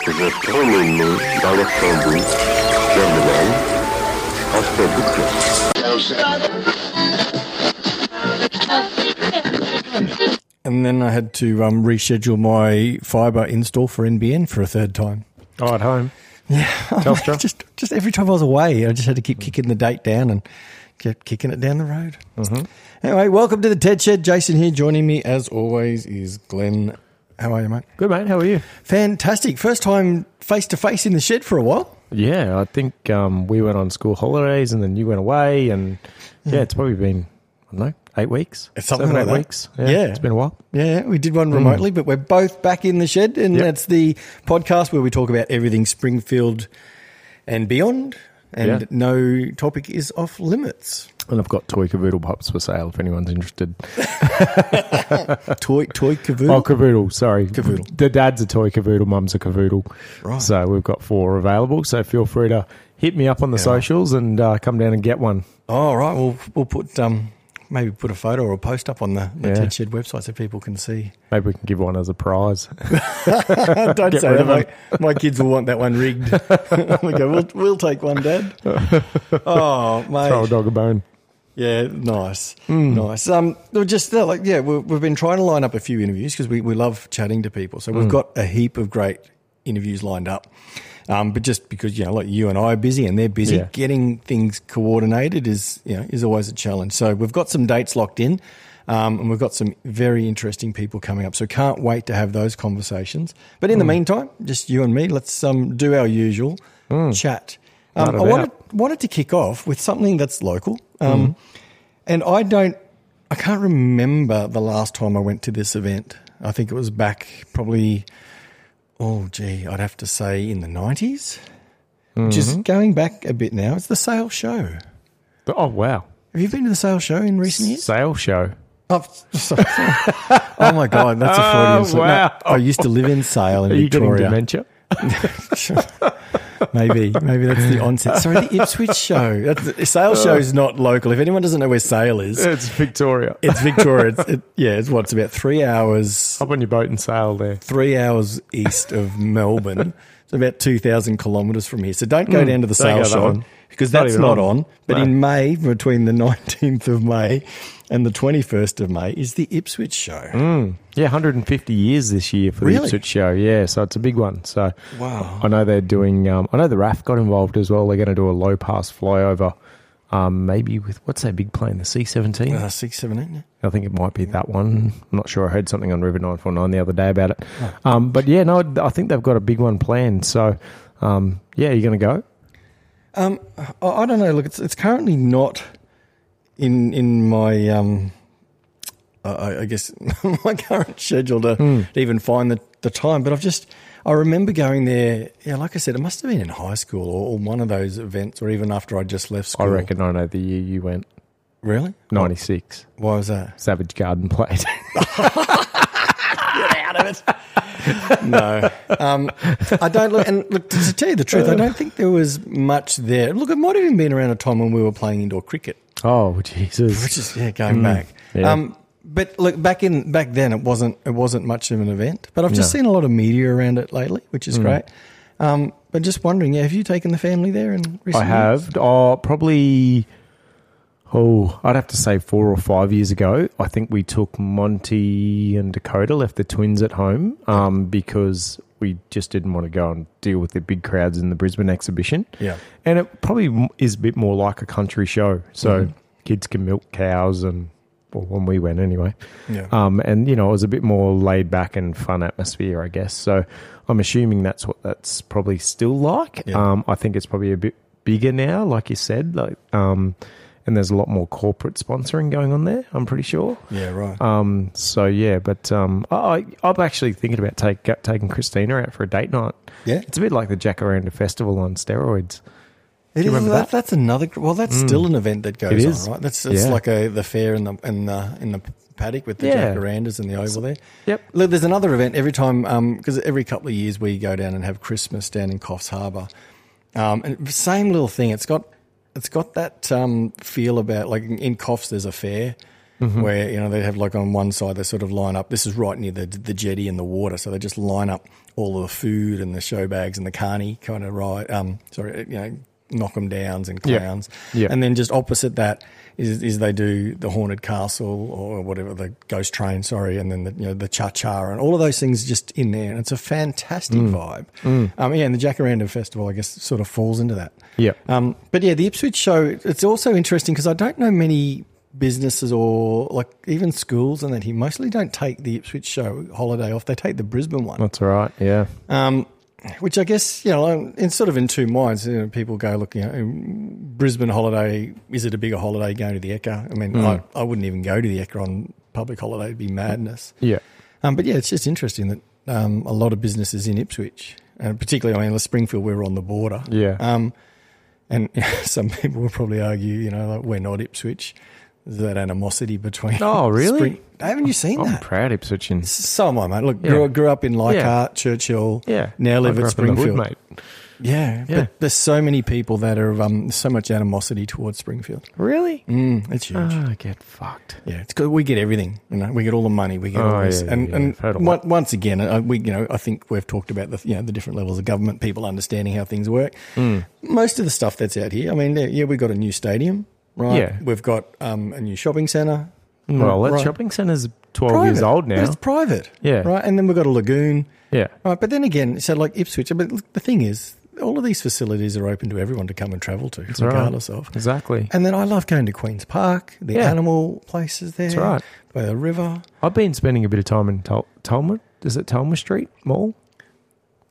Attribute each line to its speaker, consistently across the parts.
Speaker 1: Zatonunu balıklandığı canlılar hastalıkla
Speaker 2: And then I had to um, reschedule my fibre install for NBN for a third time.
Speaker 3: Oh, at home. Yeah. Telstra.
Speaker 2: Just, just every time I was away, I just had to keep kicking the date down and kept kicking it down the road.
Speaker 3: Mm-hmm.
Speaker 2: Anyway, welcome to the Ted Shed. Jason here. Joining me, as always, is Glenn. How are you, mate?
Speaker 3: Good, mate. How are you?
Speaker 2: Fantastic. First time face to face in the shed for a while.
Speaker 3: Yeah, I think um, we went on school holidays and then you went away. And yeah, it's probably been, I don't know, eight weeks.
Speaker 2: It's something
Speaker 3: seven,
Speaker 2: like
Speaker 3: eight
Speaker 2: that.
Speaker 3: weeks.
Speaker 2: Yeah.
Speaker 3: It's been a while.
Speaker 2: Yeah, we did one remotely, but we're both back in the shed, and
Speaker 3: Mm. Yep.
Speaker 2: that's the podcast where we talk about everything Springfield and beyond, and
Speaker 3: Yeah.
Speaker 2: no topic is off limits.
Speaker 3: And I've got toy cavoodle pups for sale if anyone's interested.
Speaker 2: Toy, toy cavoodle.
Speaker 3: Oh, cavoodle, sorry.
Speaker 2: Cavoodle.
Speaker 3: The dad's a toy cavoodle, mum's a cavoodle.
Speaker 2: Right.
Speaker 3: So we've got four available. So feel free to hit me up on the socials and uh, come down and get one.
Speaker 2: All Oh, right, we'll we'll put um maybe put a photo or a post up on the, the
Speaker 3: Yeah.
Speaker 2: Ted Shed website so people can see.
Speaker 3: Maybe we can give one as a prize.
Speaker 2: Don't
Speaker 3: Get
Speaker 2: say
Speaker 3: rid
Speaker 2: that.
Speaker 3: of
Speaker 2: My, my kids will want that one rigged. we go, we'll, we'll take one, Dad. Oh, mate.
Speaker 3: Throw a dog a bone.
Speaker 2: Yeah, nice,
Speaker 3: Hmm.
Speaker 2: nice. Um, we're just uh, like yeah, we we've been trying to line up a few interviews because we, we love chatting to people. So
Speaker 3: Hmm.
Speaker 2: we've got a heap of great interviews lined up. Um, but just because you know, like you and I are busy and they're busy,
Speaker 3: Yeah.
Speaker 2: getting things coordinated is you know is always a challenge. So we've got some dates locked in, um, and we've got some very interesting people coming up. So can't wait to have those conversations. But
Speaker 3: Hmm.
Speaker 2: in the meantime, just you and me, let's um, do our usual chat. Um,
Speaker 3: Hmm. Not
Speaker 2: I
Speaker 3: about.
Speaker 2: wanted wanted to kick off with something that's local. Um,
Speaker 3: Hmm.
Speaker 2: and I don't, I can't remember the last time I went to this event. I think it was back probably, oh, gee, I'd have to say in the 90s, which is going back a bit now. It's the sale show. Have
Speaker 3: Oh, wow.
Speaker 2: you been to the sale show in recent years?
Speaker 3: Sale show.
Speaker 2: Oh, sorry. oh my God, that's a Freudian slip. No,
Speaker 3: wow.
Speaker 2: I used to live in Sale in
Speaker 3: Are you getting
Speaker 2: Victoria.
Speaker 3: dementia?
Speaker 2: maybe, maybe that's the onset. Sorry, the Ipswich show. That's, the sale show's not local. If anyone doesn't know where Sale is,
Speaker 3: It's Victoria.
Speaker 2: It's Victoria. It's, it, yeah, it's what? It's about three hours,
Speaker 3: Up on your boat and sail there.
Speaker 2: three hours east of Melbourne. It's about 2,000 kilometres from here. So don't go down to the
Speaker 3: Hmm. don't go
Speaker 2: sale
Speaker 3: that
Speaker 2: shop
Speaker 3: one.
Speaker 2: because
Speaker 3: Not
Speaker 2: that's
Speaker 3: even
Speaker 2: not on.
Speaker 3: on.
Speaker 2: But
Speaker 3: No.
Speaker 2: in May, between the 19th of May and the 21st of May, is the Ipswich show.
Speaker 3: Hmm. Yeah, 150 years this year for
Speaker 2: Really?
Speaker 3: the Ipswich show. Yeah, so it's a big one. So
Speaker 2: Wow.
Speaker 3: I know they're doing. Um, I know the RAF got involved as well. They're going to do a low pass flyover. Um, maybe with what's that big plane, the C-17.
Speaker 2: Uh, six, seven, eight. no?
Speaker 3: I think it might be that one. I'm not sure. I heard something on River 949 the other day about it.
Speaker 2: Oh.
Speaker 3: Um, but yeah, no, I think they've got a big one planned. So um, yeah, you're going to go.
Speaker 2: Um, I, I don't know. Look, it's it's currently not in in my um, I- I, I guess my current schedule to, to even find the, the time. But I've just I remember going there. Yeah, like I said, it must have been in high school or, or one of those events, or even after I just left
Speaker 3: I
Speaker 2: school.
Speaker 3: reckon I know the year you went.
Speaker 2: Really?
Speaker 3: 96
Speaker 2: Why was that?
Speaker 3: Savage Garden played.
Speaker 2: no. Um, I don't look, and look, to tell you the truth, I don't think there was much there. Look, it might have even been around a time when we were playing indoor cricket.
Speaker 3: oh Jesus!
Speaker 2: which is yeah, going back.
Speaker 3: Mm. yeah.
Speaker 2: Um, but look back in back then, it wasn't it wasn't much of an event. But I've just
Speaker 3: No. Mm.
Speaker 2: seen a lot of media around it lately, which is great. Um, but just wondering, yeah, have you taken the family there? And
Speaker 3: I have. Oh, probably. Oh, I'd have to say four or five years ago. I think we took Monty and Dakota, left the twins at home um, because we just didn't want to go and deal with the big crowds in the Brisbane exhibition.
Speaker 2: Yeah.
Speaker 3: and it probably m- is a bit more like a country show, so kids can milk cows and. Well, when we went anyway.
Speaker 2: Yeah.
Speaker 3: Um, and, you know, it was a bit more laid back and fun atmosphere, I guess. So I'm assuming that's what that's probably still like.
Speaker 2: Yeah.
Speaker 3: Um, I think it's probably a bit bigger now, like you said. Like, um, and there's a lot more corporate sponsoring going on there. I'm pretty sure.
Speaker 2: Yeah, right.
Speaker 3: Um, so yeah, but um, I, I, I'm actually thinking about take, get- taking Christina out for a date night.
Speaker 2: Yeah.
Speaker 3: it's a bit like the Jacaranda Festival on steroids.
Speaker 2: It is,
Speaker 3: remember
Speaker 2: that,
Speaker 3: that? Mm.
Speaker 2: That's another. Well, that's still an event that goes
Speaker 3: It is.
Speaker 2: on, right? That's it's
Speaker 3: Yeah.
Speaker 2: like a the fair in the in the in the paddock with the
Speaker 3: Yeah.
Speaker 2: jacarandas and the oval there.
Speaker 3: Yep.
Speaker 2: Look, there's another event every time because every couple of years we go down and have Christmas down in Coffs Harbour. Um, and same little thing. It's got it's got that um, feel about like in Coffs there's a fair.
Speaker 3: Mm-hmm.
Speaker 2: where you know they have like on one side they sort of line up. This is right near the the jetty and the water, so they just line up all of the food and the show bags and the carny kind of ride. Um, sorry, you know, knock 'em downs and
Speaker 3: Yeah.
Speaker 2: clowns,
Speaker 3: Yeah.
Speaker 2: and then just opposite that is is they do the haunted castle or whatever the ghost train, sorry, and then the you know the cha cha and all of those things just in there, and it's a fantastic vibe. Um, yeah, and the Jacaranda Festival, I guess, sort of falls into that.
Speaker 3: Yeah.
Speaker 2: Um, but yeah, the Ipswich show, it's also interesting because I don't know many businesses or like even schools and that here mostly don't take the Ipswich show holiday off. They take the Brisbane one,
Speaker 3: That's all right. Yeah.
Speaker 2: um, which I guess, you know, I'm- it's sort of in two minds. You know, people go, look, you know, Brisbane holiday, is it a bigger holiday going to the Eka? I
Speaker 3: Hmm.
Speaker 2: mean, I, I wouldn't even go to the Eka on public holiday. It'd be madness.
Speaker 3: Yeah.
Speaker 2: Um, but yeah, it's just interesting that um, a lot of businesses in Ipswich, and particularly, I mean, Springfield, we're on the border.
Speaker 3: Yeah.
Speaker 2: Um, and some people will probably argue, you know, like we're not Ipswich. There's that animosity between.
Speaker 3: Oh, really?
Speaker 2: haven't you seen
Speaker 3: I'm
Speaker 2: that?
Speaker 3: proud Ipswichian.
Speaker 2: so am I, mate. Look, grew,
Speaker 3: Yeah.
Speaker 2: grew up in Leichhardt, Churchill.
Speaker 3: Yeah.
Speaker 2: Now live
Speaker 3: I grew
Speaker 2: at
Speaker 3: up in the
Speaker 2: Springfield.
Speaker 3: hood, mate.
Speaker 2: Yeah,
Speaker 3: Yeah.
Speaker 2: But there's so many people that are um, so much animosity towards Springfield.
Speaker 3: Really?
Speaker 2: Mm, it's huge.
Speaker 3: Ah, get fucked.
Speaker 2: Yeah, it's good. We get everything. You know, we get all the money. We get
Speaker 3: Oh,
Speaker 2: all this,
Speaker 3: yeah,
Speaker 2: and
Speaker 3: yeah,
Speaker 2: and
Speaker 3: I've heard all
Speaker 2: on- once again, I, we you know I think we've talked about the you know the different levels of government, people understanding how things work.
Speaker 3: Mm.
Speaker 2: Most of the stuff that's out here, I mean, yeah, yeah, we've got a new stadium, right?
Speaker 3: Yeah.
Speaker 2: we've got um, a new shopping centre.
Speaker 3: Well, that
Speaker 2: Mm, Right.
Speaker 3: shopping centre's 12
Speaker 2: Private,
Speaker 3: years old
Speaker 2: but
Speaker 3: now.
Speaker 2: it's private.
Speaker 3: Yeah.
Speaker 2: right. And then we've got a lagoon.
Speaker 3: Yeah.
Speaker 2: Right, but then again, so like Ipswich. But look, the thing is, all of these facilities are open to everyone to come and travel to,
Speaker 3: right.
Speaker 2: regardless of.
Speaker 3: Exactly.
Speaker 2: And then I love going to Queens Park, the
Speaker 3: Yeah.
Speaker 2: animal places there,
Speaker 3: right.
Speaker 2: by the river.
Speaker 3: I've been spending a bit of time in Tul- Tulma. Is it Tulma Street Mall? Is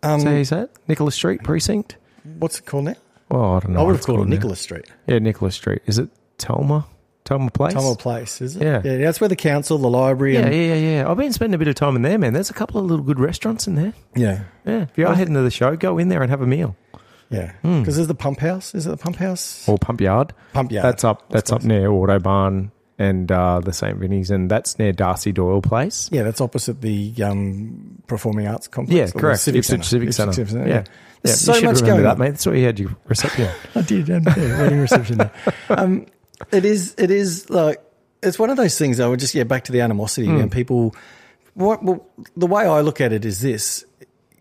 Speaker 3: that how
Speaker 2: Um,
Speaker 3: you say it? Nicholas Street Precinct?
Speaker 2: what's it called now?
Speaker 3: Oh, I don't know.
Speaker 2: I
Speaker 3: what
Speaker 2: would have
Speaker 3: it's
Speaker 2: called it
Speaker 3: now.
Speaker 2: Nicholas Street.
Speaker 3: Yeah, Nicholas Street. Is it Tulma? Tulma Place?
Speaker 2: Tummel Place, is it?
Speaker 3: Yeah.
Speaker 2: yeah, that's where the council, the library,
Speaker 3: Yeah,
Speaker 2: and
Speaker 3: yeah, yeah, yeah. I've been spending a bit of time in there, man. There's a couple of little good restaurants in there.
Speaker 2: yeah,
Speaker 3: Yeah. If you are heading to the show, go in there and have a meal.
Speaker 2: yeah. Because
Speaker 3: Hmm.
Speaker 2: there's the pump house. Is it the pump house?
Speaker 3: Or Pump Yard.
Speaker 2: Pump yard.
Speaker 3: That's up that's up near Autobahn and uh, the St. Vinny's and that's near Darcy Doyle Place.
Speaker 2: Yeah, that's opposite the um, Performing Arts Complex.
Speaker 3: Yeah,
Speaker 2: or the
Speaker 3: correct. Ipswich Civic
Speaker 2: Ipswich
Speaker 3: Centre.
Speaker 2: Civic Centre,
Speaker 3: Yeah. Yeah,
Speaker 2: There's so
Speaker 3: you should
Speaker 2: much
Speaker 3: remember
Speaker 2: going
Speaker 3: that,
Speaker 2: on.
Speaker 3: mate. That's where you had your reception.
Speaker 2: I did. I'm there, wedding reception. There. Um, it is. It is like it's one of those things. I would just yeah back to the animosity and people. What well, the way I look at it is this: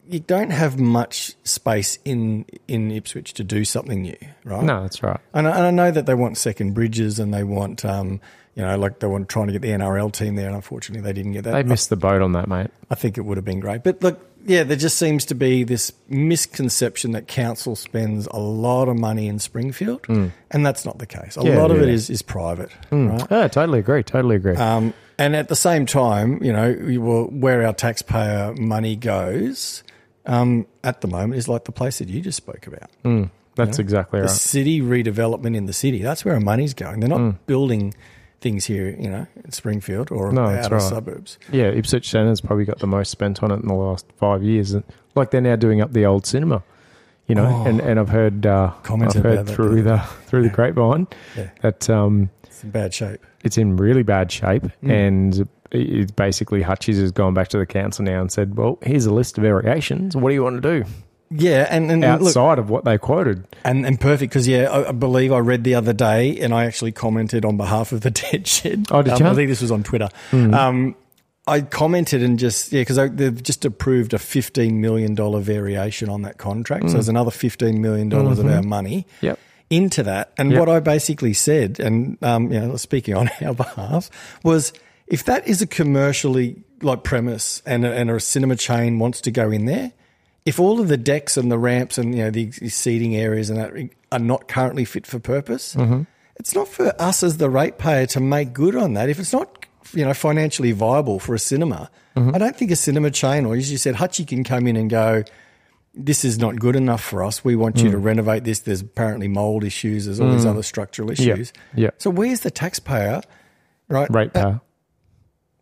Speaker 2: you don't have much space in in Ipswich to do something new, right?
Speaker 3: no, that's right.
Speaker 2: And I, and I know that they want second bridges and they want um, you know like they want trying to get the NRL team there, and unfortunately they didn't get that.
Speaker 3: They missed the boat on that, mate.
Speaker 2: I think it would have been great. But look, yeah, there just seems to be this misconception that council spends a lot of money in Springfield, and that's not the case. A
Speaker 3: Hmm. Yeah,
Speaker 2: lot of it
Speaker 3: yeah. Hmm.
Speaker 2: is is private, right?
Speaker 3: Yeah, totally agree. Totally agree.
Speaker 2: Um, and at the same time, you know, we will, where our taxpayer money goes um, at the moment is like the place that you just spoke about.
Speaker 3: that's exactly
Speaker 2: The
Speaker 3: Hmm. right.
Speaker 2: city redevelopment in the city. That's where our money's going. They're not
Speaker 3: Hmm.
Speaker 2: building things here, you know, in Springfield or
Speaker 3: No,
Speaker 2: the
Speaker 3: that's
Speaker 2: outer
Speaker 3: right.
Speaker 2: suburbs.
Speaker 3: Yeah, Ipswich Centre's probably got the most spent on it in the last five years. And Like they're now doing up the old cinema, you know.
Speaker 2: Oh.
Speaker 3: And, and I've heard uh,
Speaker 2: Comments
Speaker 3: I've
Speaker 2: about
Speaker 3: heard
Speaker 2: that,
Speaker 3: through the through the grapevine
Speaker 2: Yeah.
Speaker 3: that um,
Speaker 2: It's in bad shape.
Speaker 3: it's in really bad shape, and it's basically Hutchies has gone back to the council now and said, "Well, here's a list of variations. What do you want to do
Speaker 2: Yeah, and, and look,
Speaker 3: outside of what they quoted?"
Speaker 2: And, and perfect because yeah, I, I believe I read the other day, and I actually commented on behalf of the dead shed.
Speaker 3: Oh, did Mm-hmm.
Speaker 2: Um,
Speaker 3: you?
Speaker 2: I think this was on Twitter. Um, I commented and just yeah, because they've just approved a fifteen million dollar variation on that contract. So there's another fifteen million dollars of our money
Speaker 3: Mm. Mm-hmm. Yep.
Speaker 2: into that. And
Speaker 3: Yep.
Speaker 2: what I basically said, and um, you know, speaking on our behalf, was if that is a commercially like premise, and a, and a cinema chain wants to go in there, if all of the decks and the ramps and you know the seating areas and that are not currently fit for purpose, it's not for us as the ratepayer to make good on that. If it's not you know financially viable for a cinema, I don't think a cinema chain or as you said, Hutchie can come in and go this is not good enough for us. We want you
Speaker 3: Mm.
Speaker 2: to renovate this. There's apparently mold issues. There's all these other structural issues.
Speaker 3: yeah.
Speaker 2: So where's the taxpayer, right?
Speaker 3: Rate
Speaker 2: Uh,
Speaker 3: power.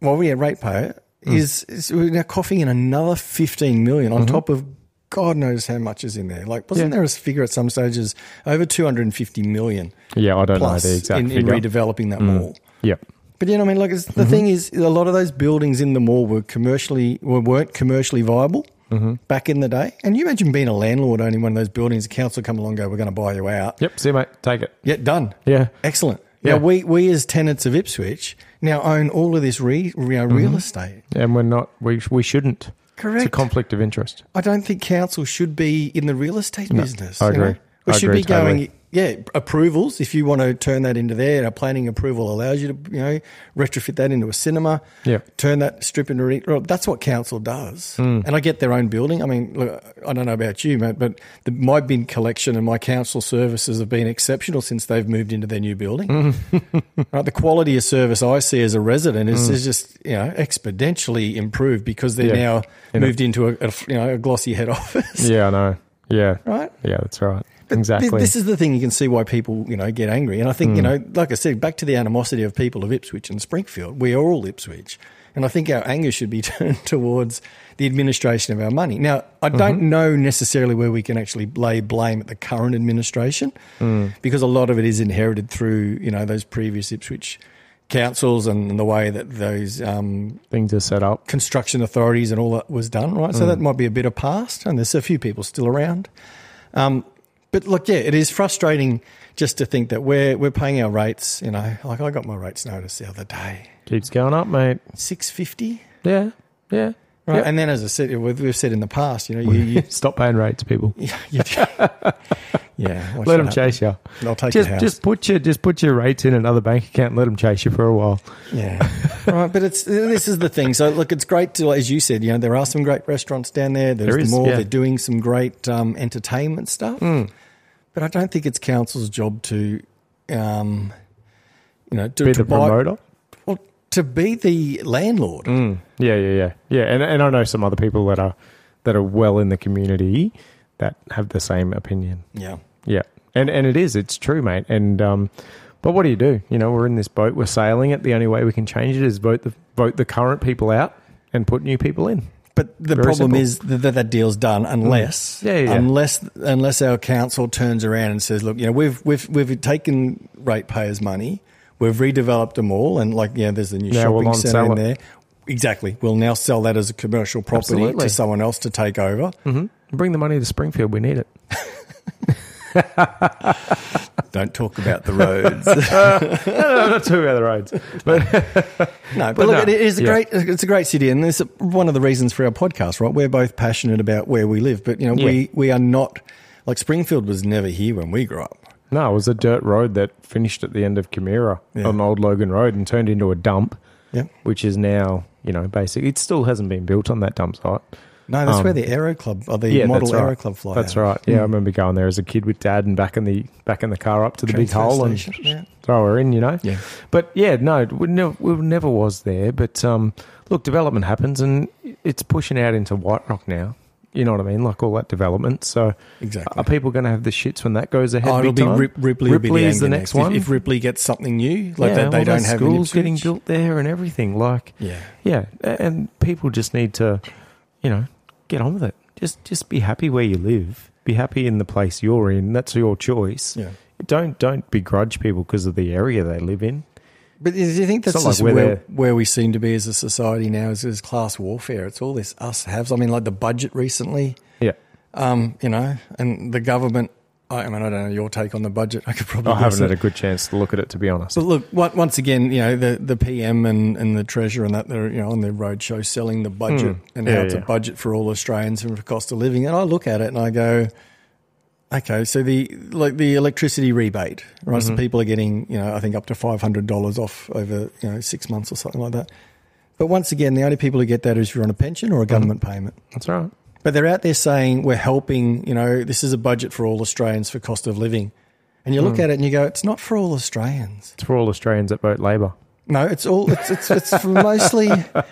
Speaker 2: well, yeah, ratepayer
Speaker 3: Mm.
Speaker 2: is, is we're now coughing in another 15 million on top of God knows how much is in there. Like, wasn't
Speaker 3: Mm-hmm. Yeah.
Speaker 2: there a figure at some stages over 250 million
Speaker 3: yeah, I don't know
Speaker 2: plus
Speaker 3: the exact
Speaker 2: in, in
Speaker 3: figure. Mm.
Speaker 2: redeveloping that mall?
Speaker 3: yep.
Speaker 2: But you know what I mean? Like, it's, the
Speaker 3: Mm-hmm.
Speaker 2: thing is, a lot of those buildings in the mall were commercially were, weren't commercially viable
Speaker 3: Mm-hmm.
Speaker 2: back in the day. And you imagine being a landlord owning one of those buildings, the council come along, and go, "We're going to buy you out."
Speaker 3: Yep. See, you, mate. Take it.
Speaker 2: Yeah, done.
Speaker 3: Yeah.
Speaker 2: Excellent.
Speaker 3: Yeah.
Speaker 2: Now we we as tenants of Ipswich now own all of this re, re, real
Speaker 3: Mm-hmm.
Speaker 2: estate.
Speaker 3: and we're not. We we shouldn't. It's a
Speaker 2: Correct.
Speaker 3: conflict of interest.
Speaker 2: I don't think council should be in the real estate business.
Speaker 3: I
Speaker 2: you know.
Speaker 3: agree.
Speaker 2: We
Speaker 3: I
Speaker 2: should
Speaker 3: agree
Speaker 2: be going,
Speaker 3: totally.
Speaker 2: yeah, approvals. If you want to turn that into there, a planning approval allows you to, you know, retrofit that into a cinema.
Speaker 3: Yeah.
Speaker 2: Turn that strip into. Re- well, that's what council does.
Speaker 3: Mm.
Speaker 2: And I get their own building. I mean, look, I don't know about you, mate, but the, my bin collection and my council services have been exceptional since they've moved into their new building.
Speaker 3: Mm.
Speaker 2: Right, the quality of service I see as a resident is, is just you know exponentially improved because they're
Speaker 3: Yeah.
Speaker 2: now
Speaker 3: You know.
Speaker 2: moved into a, a you know a glossy head office,
Speaker 3: Yeah, I know. Yeah,
Speaker 2: right?
Speaker 3: yeah, that's right.
Speaker 2: Th-
Speaker 3: exactly. Hmm.
Speaker 2: This is the thing you can see why people you know get angry, and I think you know, like I said, back to the animosity of people of Ipswich and Springfield. We are all Ipswich, and I think our anger should be turned towards the administration of our money. Now, I
Speaker 3: Mm-hmm.
Speaker 2: don't know necessarily where we can actually lay blame at the current administration
Speaker 3: Mm.
Speaker 2: because a lot of it is inherited through you know those previous Ipswich councils and the way that those um,
Speaker 3: Things are set up.
Speaker 2: construction authorities and all that was done, right?
Speaker 3: Hmm.
Speaker 2: So that might be a bit of past, and there's a few people still around. Um, but look, yeah, it is frustrating just to think that we're we're paying our rates. You know, like I got my rates notice the other day,
Speaker 3: Keeps going up, mate.
Speaker 2: six fifty.
Speaker 3: Yeah, yeah.
Speaker 2: Right,
Speaker 3: Yep.
Speaker 2: and then as I said, we've we've said in the past, you know, you,
Speaker 3: Stop paying rates, people.
Speaker 2: you, you yeah, watch
Speaker 3: Let them
Speaker 2: that.
Speaker 3: chase you.
Speaker 2: They'll take
Speaker 3: Just,
Speaker 2: your house.
Speaker 3: just put your just put your rates in another bank account. And let them chase you for a while.
Speaker 2: Yeah. right. But it's this is the thing. So look, it's great to, as you said, you know, there are some great restaurants down there. There's
Speaker 3: There is,
Speaker 2: more.
Speaker 3: yeah. Hmm.
Speaker 2: They're doing some great um, entertainment stuff. But I don't think it's council's job to, um, you know, to,
Speaker 3: Be
Speaker 2: to
Speaker 3: the
Speaker 2: buy-
Speaker 3: promoter. Hmm.
Speaker 2: well, to be the landlord.
Speaker 3: Yeah, yeah, yeah, yeah. And and I know some other people that are that are well in the community that have the same opinion.
Speaker 2: Yeah.
Speaker 3: Yeah, and and it is, it's true, mate. And um, but what do you do? You know, we're in this boat, we're sailing it. The only way we can change it is vote the vote the current people out and put new people in.
Speaker 2: But the
Speaker 3: Very
Speaker 2: problem
Speaker 3: simple. Mm.
Speaker 2: is that, that that deal's done unless
Speaker 3: Yeah, yeah, yeah.
Speaker 2: unless unless our council turns around and says, look, you know, we've we've we've taken ratepayers' money, we've redeveloped them all, and like yeah, there's the new
Speaker 3: Now we'll
Speaker 2: shopping
Speaker 3: on
Speaker 2: centre
Speaker 3: sell
Speaker 2: in
Speaker 3: it.
Speaker 2: there. Exactly, we'll now sell that as a commercial property
Speaker 3: Absolutely. Mm-hmm.
Speaker 2: to someone else to take over.
Speaker 3: Bring the money to Springfield. We need it.
Speaker 2: Don't talk about the roads.
Speaker 3: I'm not talking about the roads. But
Speaker 2: no, but, look,
Speaker 3: no,
Speaker 2: it is a
Speaker 3: yeah.
Speaker 2: great it's a great city, and this is one of the reasons for our podcast, right? We're both passionate about where we live, but you know,
Speaker 3: Yeah.
Speaker 2: we we are not like Springfield was never here when we grew up.
Speaker 3: no, it was a dirt road that finished at the end of Chimera on Old Logan Road and turned into a dump,
Speaker 2: Yeah.
Speaker 3: which is now you know basically it still hasn't been built on that dump site.
Speaker 2: No, that's where the Aero Club or the model Aero Club fly.
Speaker 3: That's
Speaker 2: out.
Speaker 3: Um,
Speaker 2: Hmm.
Speaker 3: right. Yeah, I remember going there as a kid with dad and back in the back in the car up to the big
Speaker 2: Transfer
Speaker 3: hole and
Speaker 2: station, yeah.
Speaker 3: throw her in. You know.
Speaker 2: Yeah.
Speaker 3: But yeah, no, we never, we never was there. But um, look, development happens, and it's pushing out into White Rock now. You know what I mean? Like all that development. So
Speaker 2: Exactly.
Speaker 3: are people going to have the shits when that goes ahead?
Speaker 2: Oh, it'll
Speaker 3: big
Speaker 2: be
Speaker 3: time?
Speaker 2: Rip, Ripley. will be
Speaker 3: Ripley is the
Speaker 2: anger
Speaker 3: next one.
Speaker 2: If, if Ripley gets something new, like
Speaker 3: yeah,
Speaker 2: that, they
Speaker 3: all
Speaker 2: don't
Speaker 3: those
Speaker 2: have in
Speaker 3: schools getting
Speaker 2: Ipswich.
Speaker 3: built there and everything. Like
Speaker 2: Yeah,
Speaker 3: yeah, a- and people just need to, you know, get on with it. Just just be happy where you live. Be happy in the place you're in. That's your choice.
Speaker 2: yeah.
Speaker 3: Don't don't begrudge people because of the area they live in.
Speaker 2: But do you think
Speaker 3: It's
Speaker 2: that's
Speaker 3: not like
Speaker 2: just
Speaker 3: we're
Speaker 2: where,
Speaker 3: there.
Speaker 2: where we seem to be as a society now? Is, is class warfare? It's all this us haves. I mean, like the budget recently.
Speaker 3: Yeah,
Speaker 2: Um, you know, and the government. I, I mean, I don't know your take on the budget. I could probably.
Speaker 3: I haven't
Speaker 2: guess
Speaker 3: had
Speaker 2: it.
Speaker 3: a good chance to look at it to be honest.
Speaker 2: So look, on- once again, you know the, the PM and, and the treasurer and that they're you know on their roadshow selling the budget and how
Speaker 3: Hmm. Yeah,
Speaker 2: it's a
Speaker 3: yeah.
Speaker 2: budget for all Australians and for cost of living. And I look at it and I go, okay, so the like the electricity rebate, right?
Speaker 3: Mm-hmm.
Speaker 2: So people are getting you know I think up to five hundred dollars off over you know six months or something like that. But once again, the only people who get that is if you're on a pension
Speaker 3: Mm-hmm.
Speaker 2: or a government payment.
Speaker 3: That's right.
Speaker 2: But they're out there saying we're helping, you know, this is a budget for all Australians for cost of living. And you look
Speaker 3: Mm.
Speaker 2: at it and you go, it's not for all Australians.
Speaker 3: It's for all Australians that vote Labor.
Speaker 2: No, it's all it's it's, it's for mostly.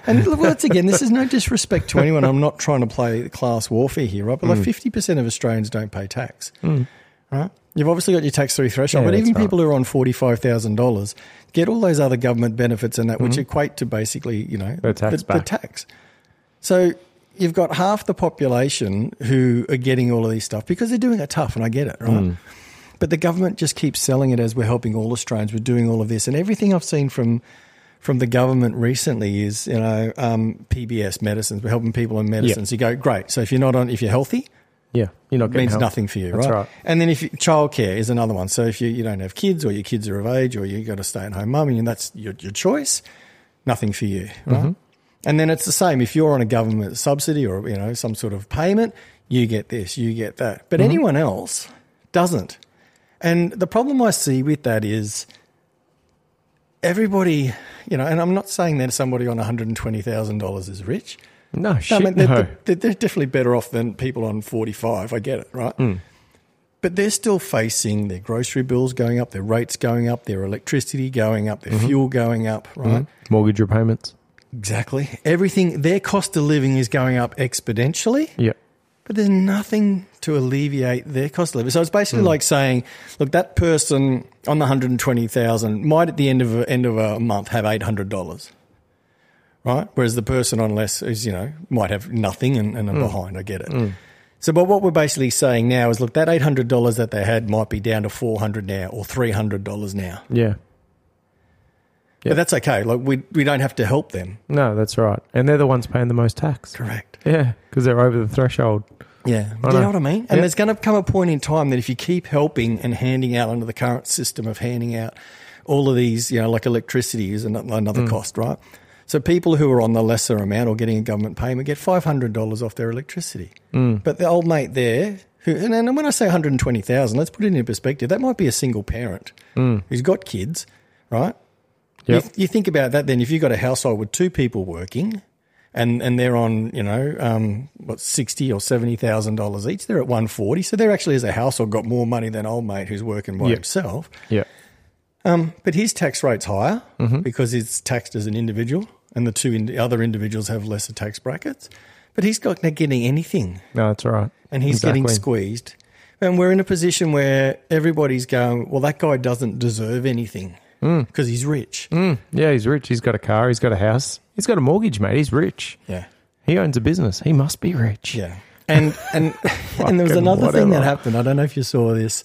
Speaker 2: And look, once again, this is no disrespect to anyone. I'm not trying to play the class warfare here, right? But
Speaker 3: Mm.
Speaker 2: like fifty percent of Australians don't pay tax, right? You've obviously got your tax three threshold,
Speaker 3: Yeah,
Speaker 2: but even
Speaker 3: that's right.
Speaker 2: people who are on forty five thousand dollars get all those other government benefits and that,
Speaker 3: Mm.
Speaker 2: which equate to basically, you know,
Speaker 3: Their tax
Speaker 2: the, the
Speaker 3: back.
Speaker 2: tax. So you've got half the population who are getting all of these stuff because they're doing it tough, and I get it, right?
Speaker 3: Mm.
Speaker 2: But the government just keeps selling it as we're helping all Australians. We're doing all of this, and everything I've seen from from the government recently is you know um, PBS medicines. We're helping people on medicines. You go great. So if you're not on, if you're healthy,
Speaker 3: Yeah, you're not getting
Speaker 2: means
Speaker 3: help.
Speaker 2: nothing for you,
Speaker 3: That's
Speaker 2: right?
Speaker 3: right.
Speaker 2: And then if you, childcare is another one. So if you, you don't have kids, or your kids are of age, or you got a stay at home mum, and that's your, your choice, nothing for you, right?
Speaker 3: Mm-hmm.
Speaker 2: And then it's the same if you're on a government subsidy or you know some sort of payment, you get this, you get that,
Speaker 3: Mm-hmm.
Speaker 2: but anyone else doesn't. And the problem I see with that is everybody, you know, and I'm not saying that somebody on $120,000 is rich.
Speaker 3: No,
Speaker 2: No,
Speaker 3: shit,
Speaker 2: I mean, they're,
Speaker 3: no.
Speaker 2: they're, they're definitely better off than people on 45. I get it, right?
Speaker 3: Hmm.
Speaker 2: But they're still facing their grocery bills going up, their rates going up, their electricity going up, their
Speaker 3: Mm-hmm.
Speaker 2: fuel going up, right?
Speaker 3: Mortgage repayments.
Speaker 2: Exactly. Everything, their cost of living is going up exponentially,
Speaker 3: Yeah.
Speaker 2: but there's nothing to alleviate their cost of living. So it's basically like saying, look, that person on the 120,000 might at the end of a, end of a month have $800. Right, whereas the person on less is you know might have nothing and, and are behind. I get it. So, but what we're basically saying now is, look, that eight hundred dollars that they had might be down to four hundred now or three hundred dollars now.
Speaker 3: Yeah. Yeah.
Speaker 2: But that's okay. Like we we don't have to help them.
Speaker 3: No, that's right. And they're the ones paying the most tax.
Speaker 2: Correct.
Speaker 3: Yeah, because they're over the threshold.
Speaker 2: Yeah.
Speaker 3: I
Speaker 2: Do you
Speaker 3: know.
Speaker 2: know what I mean? And
Speaker 3: Yeah.
Speaker 2: there's going to come a point in time that if you keep helping and handing out under the current system of handing out all of these, you know, like electricity is ano- another
Speaker 3: Mm.
Speaker 2: cost, right? So people who are on the lesser amount or getting a government payment get $500 off their electricity.
Speaker 3: Mm.
Speaker 2: But the old mate there, who, and, and when I say 120,000, let's put it into perspective, that might be a single parent
Speaker 3: Mm.
Speaker 2: who's got kids, right?
Speaker 3: Yep.
Speaker 2: You, you think about that then. If you've got a household with two people working, and and they're on you know um, what sixty or seventy thousand dollars each, they're at one forty. So they're actually as a household got more money than old mate who's working by
Speaker 3: Yeah.
Speaker 2: himself.
Speaker 3: Yeah.
Speaker 2: But his tax rate's higher
Speaker 3: Mm-hmm.
Speaker 2: because it's taxed as an individual, and the two in, other individuals have lesser tax brackets. But he's not getting anything
Speaker 3: No, that's right.
Speaker 2: and he's getting
Speaker 3: Exactly.
Speaker 2: squeezed. And we're in a position where everybody's going, well, that guy doesn't deserve anything because he's rich.
Speaker 3: Mm, yeah, he's rich. He's got a car. He's got a house. He's got a mortgage, mate. He's rich.
Speaker 2: Yeah.
Speaker 3: He owns a business. He must be rich.
Speaker 2: Yeah. And and and there was
Speaker 3: Fucking
Speaker 2: another thing that
Speaker 3: whatever.
Speaker 2: happened. I don't know if you saw this.